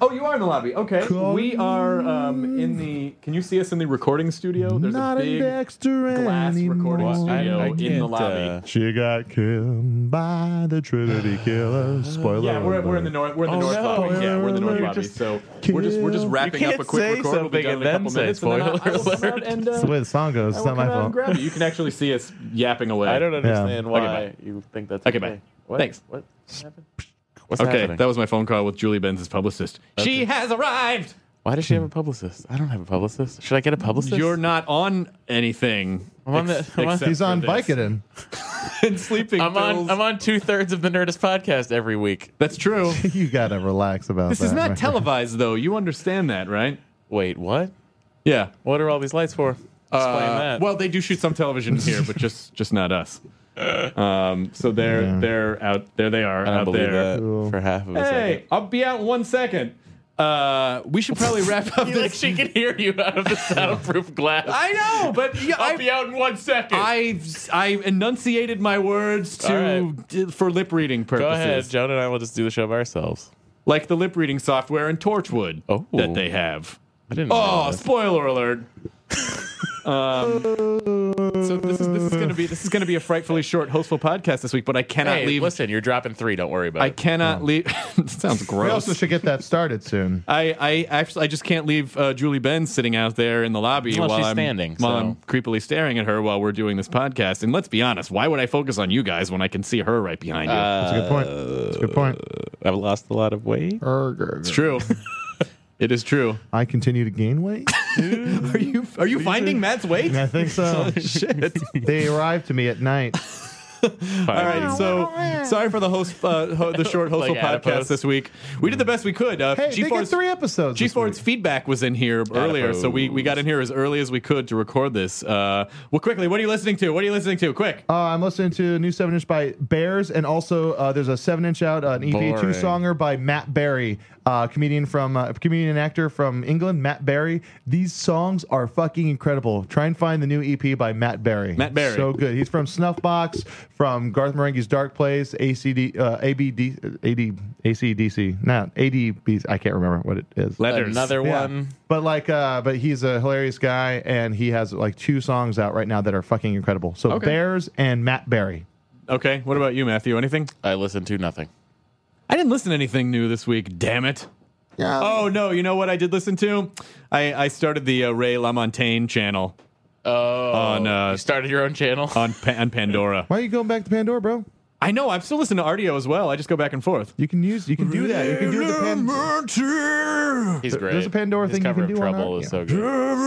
[SPEAKER 8] Oh, you are in the lobby. Okay,
[SPEAKER 9] Come
[SPEAKER 8] we are um, in the. Can you see us in the recording studio? There's
[SPEAKER 9] Not
[SPEAKER 8] a big
[SPEAKER 9] in Dexter
[SPEAKER 8] glass recording
[SPEAKER 9] anymore.
[SPEAKER 8] studio
[SPEAKER 10] I- I
[SPEAKER 8] in the
[SPEAKER 10] can't,
[SPEAKER 8] lobby.
[SPEAKER 10] uh,
[SPEAKER 9] She got killed by the Trinity Killer. Spoiler.
[SPEAKER 8] Yeah, we're, we're in the north. We're in the
[SPEAKER 10] Oh,
[SPEAKER 8] north
[SPEAKER 10] no.
[SPEAKER 8] lobby. Yeah, we're in the north
[SPEAKER 9] You're
[SPEAKER 8] lobby.
[SPEAKER 9] just-
[SPEAKER 8] So we're just we're just
[SPEAKER 9] You
[SPEAKER 8] wrapping up a
[SPEAKER 10] can't
[SPEAKER 8] quick
[SPEAKER 10] say
[SPEAKER 8] record. We'll be
[SPEAKER 10] something
[SPEAKER 8] done in
[SPEAKER 10] and
[SPEAKER 8] a
[SPEAKER 10] then
[SPEAKER 8] couple
[SPEAKER 10] say
[SPEAKER 8] minutes, and then I-
[SPEAKER 10] spoiler
[SPEAKER 8] I will come out
[SPEAKER 10] alert.
[SPEAKER 8] and, uh,
[SPEAKER 9] That's the way the song goes.
[SPEAKER 8] I
[SPEAKER 9] It's
[SPEAKER 8] will
[SPEAKER 9] not my
[SPEAKER 8] come out and
[SPEAKER 9] fault.
[SPEAKER 8] grab you. You can actually see us yapping away.
[SPEAKER 10] uh, I don't understand
[SPEAKER 9] Okay,
[SPEAKER 10] why
[SPEAKER 8] bye.
[SPEAKER 10] you think that's
[SPEAKER 8] Okay,
[SPEAKER 10] okay.
[SPEAKER 8] bye.
[SPEAKER 10] What?
[SPEAKER 8] Thanks.
[SPEAKER 10] What happened? What's
[SPEAKER 8] Okay,
[SPEAKER 10] happening?
[SPEAKER 8] that was my phone call with Julie Benz's publicist. She has arrived.
[SPEAKER 10] Why does she have a publicist? I don't have a publicist. Should I get a publicist?
[SPEAKER 8] Hmm. You're not on anything.
[SPEAKER 10] I'm on
[SPEAKER 8] ex-
[SPEAKER 10] the- I'm on-
[SPEAKER 8] except
[SPEAKER 9] He's
[SPEAKER 8] for
[SPEAKER 9] on
[SPEAKER 8] this.
[SPEAKER 9] Vicodin.
[SPEAKER 8] and sleeping
[SPEAKER 10] I'm on.
[SPEAKER 8] pills.
[SPEAKER 10] I'm on two thirds of the Nerdist podcast every week.
[SPEAKER 8] That's true.
[SPEAKER 9] you gotta relax about
[SPEAKER 8] This
[SPEAKER 9] that.
[SPEAKER 8] is
[SPEAKER 9] my
[SPEAKER 8] not
[SPEAKER 9] friend.
[SPEAKER 8] televised, though. You understand that, right?
[SPEAKER 10] Wait, what?
[SPEAKER 8] Yeah.
[SPEAKER 10] What are all these lights for? Explain
[SPEAKER 8] Uh,
[SPEAKER 10] that.
[SPEAKER 8] Well, they do shoot some television here, but just just not us. Um, so they're they're out there. They are
[SPEAKER 10] I don't
[SPEAKER 8] out
[SPEAKER 10] believe
[SPEAKER 8] there.
[SPEAKER 10] that
[SPEAKER 9] Cool.
[SPEAKER 10] for half of a
[SPEAKER 8] Hey, I'll be out in one second. Uh, we should probably wrap up
[SPEAKER 10] second. like
[SPEAKER 8] this.
[SPEAKER 10] she can hear you out of the soundproof glass.
[SPEAKER 8] I know, but yeah,
[SPEAKER 10] I'll
[SPEAKER 8] I-
[SPEAKER 10] be out in one second.
[SPEAKER 8] I've I enunciated my words to
[SPEAKER 10] All right.
[SPEAKER 8] d- for lip reading
[SPEAKER 10] Go
[SPEAKER 8] purposes.
[SPEAKER 10] ahead, Joan and I will just do the show by ourselves.
[SPEAKER 8] like the lip reading software in Torchwood
[SPEAKER 10] Oh.
[SPEAKER 8] that they have.
[SPEAKER 10] I didn't.
[SPEAKER 8] Oh,
[SPEAKER 10] know that.
[SPEAKER 8] spoiler alert. Um, so this is this is gonna be this is gonna be a frightfully short, hostful podcast this week. But I cannot
[SPEAKER 10] Hey,
[SPEAKER 8] leave.
[SPEAKER 10] listen, you're dropping three. Don't worry about
[SPEAKER 8] I
[SPEAKER 10] it.
[SPEAKER 8] cannot leave. That sounds
[SPEAKER 9] We
[SPEAKER 8] gross.
[SPEAKER 9] also should get that started soon.
[SPEAKER 8] I, I actually I just can't leave uh, Julie Ben sitting out there in the lobby
[SPEAKER 10] Well,
[SPEAKER 8] while
[SPEAKER 10] she's
[SPEAKER 8] I'm
[SPEAKER 10] standing,
[SPEAKER 8] while
[SPEAKER 10] so.
[SPEAKER 8] I'm creepily staring at her while we're doing this podcast. And let's be honest, why would I focus on you guys when I can see her right behind you?
[SPEAKER 9] That's a good point. That's a good point.
[SPEAKER 10] I've lost a lot of weight.
[SPEAKER 8] it's true. it is true.
[SPEAKER 9] I continue to gain weight.
[SPEAKER 8] Are you are you finding Matt's weight?
[SPEAKER 9] I think so.
[SPEAKER 8] Shit.
[SPEAKER 9] they arrive to me at night.
[SPEAKER 8] All right, so sorry for the host, uh, ho- the short hostel
[SPEAKER 10] Like
[SPEAKER 8] podcast
[SPEAKER 10] adipose.
[SPEAKER 8] this week. We did the best we could. Uh,
[SPEAKER 9] Hey, they get
[SPEAKER 8] G4's
[SPEAKER 9] three episodes.
[SPEAKER 8] G
[SPEAKER 9] this
[SPEAKER 8] Ford's
[SPEAKER 9] week.
[SPEAKER 8] feedback was in here earlier, so we, we got in here as early as we could to record this. Uh, well, quickly, what are you listening to? What are you listening to? Quick.
[SPEAKER 9] Uh, I'm listening to a new seven inch by Bears, and also uh, there's a seven inch out uh, an EV two
[SPEAKER 10] Boring.
[SPEAKER 9] songer by Matt Berry, uh, comedian from uh, comedian and actor from England. Matt Berry. These songs are fucking incredible. Try and find the new EP by Matt Berry.
[SPEAKER 8] Matt Berry.
[SPEAKER 9] so good. He's from Snuffbox, from Garth Marenghi's Dark Place, ACD, uh, ABD, AD, ACDC, not ADB. I can't remember what it is.
[SPEAKER 8] Letters.
[SPEAKER 10] Another
[SPEAKER 9] Yeah.
[SPEAKER 10] one.
[SPEAKER 9] But like, uh, but he's a hilarious guy, and he has like two songs out right now that are fucking incredible. So
[SPEAKER 8] Okay.
[SPEAKER 9] Bears and Matt Berry.
[SPEAKER 8] Okay, what about you, Matthew? Anything?
[SPEAKER 10] I listened to nothing.
[SPEAKER 8] I didn't listen to anything new this week. Damn it. Oh no! You know what I did listen to? I, I started the uh, Ray LaMontagne channel
[SPEAKER 10] Oh,
[SPEAKER 8] On, uh,
[SPEAKER 10] you started your own channel.
[SPEAKER 8] on pa- on Pandora.
[SPEAKER 9] Why are you going back to Pandora, bro?
[SPEAKER 8] I know. I'm still listening to RDO as well. I just go back and forth.
[SPEAKER 9] You can use, you can do that. You can do the Pan-
[SPEAKER 10] He's great.
[SPEAKER 9] there's a Pandora
[SPEAKER 10] His
[SPEAKER 9] thing you
[SPEAKER 10] cover
[SPEAKER 9] can
[SPEAKER 10] of
[SPEAKER 9] do on
[SPEAKER 10] Trouble
[SPEAKER 9] our-
[SPEAKER 10] is
[SPEAKER 9] yeah.
[SPEAKER 10] so good.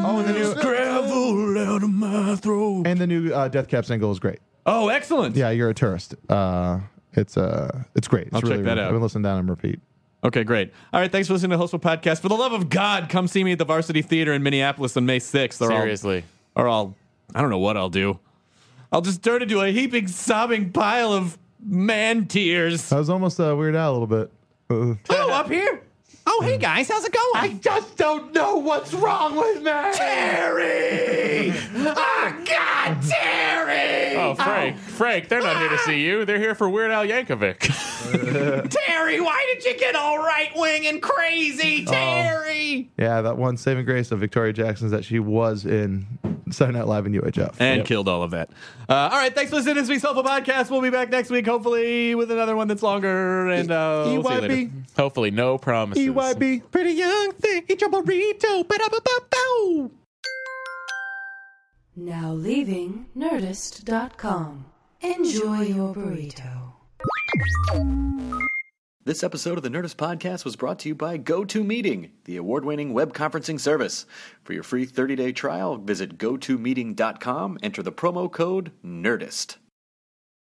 [SPEAKER 9] Oh, and the new-
[SPEAKER 8] gravel out of my throat.
[SPEAKER 9] and the new uh, Death Cab single is great.
[SPEAKER 8] Oh, excellent.
[SPEAKER 9] Yeah, you're a tourist. Uh, it's uh, it's great. It's
[SPEAKER 8] I'll check that out.
[SPEAKER 9] I've been listening down and repeat.
[SPEAKER 8] Okay, great. All right, thanks for listening to the Hostful Podcast. For the love of God, come see me at the Varsity Theater in Minneapolis on May 6th. Or
[SPEAKER 10] Seriously.
[SPEAKER 8] I'll, or I'll, I don't know what I'll do. I'll just turn into a heaping, sobbing pile of man tears.
[SPEAKER 9] I was almost uh, weird out a little bit. Uh,
[SPEAKER 8] Oh, up here? Oh, hey, guys, how's it going? I just don't know what's wrong with me. Terry! oh, God, Terry!
[SPEAKER 10] Oh, Frank, Frank, they're not here to see you. They're here for Weird Al Yankovic.
[SPEAKER 8] Terry, why did you get all right wing and crazy, Terry?
[SPEAKER 9] yeah, that one saving grace of Victoria Jackson's that she was in Saturday Night Live and UHF.
[SPEAKER 8] and killed all of that. Uh, all right, thanks for listening to this week's Soulful Podcast. We'll be back next week, hopefully, with another one that's longer. And uh, we'll see you later.
[SPEAKER 9] EYB,
[SPEAKER 10] Hopefully, no promises.
[SPEAKER 8] E
[SPEAKER 9] EYB.
[SPEAKER 8] Pretty young thing, eat your burrito. Ba-da-ba-ba-bow.
[SPEAKER 6] Now leaving Nerdist.com. Enjoy your burrito.
[SPEAKER 5] This episode of the Nerdist Podcast was brought to you by GoToMeeting, the award winning web conferencing service. For your free 30 day trial, visit gotomeeting.com, enter the promo code NERDIST.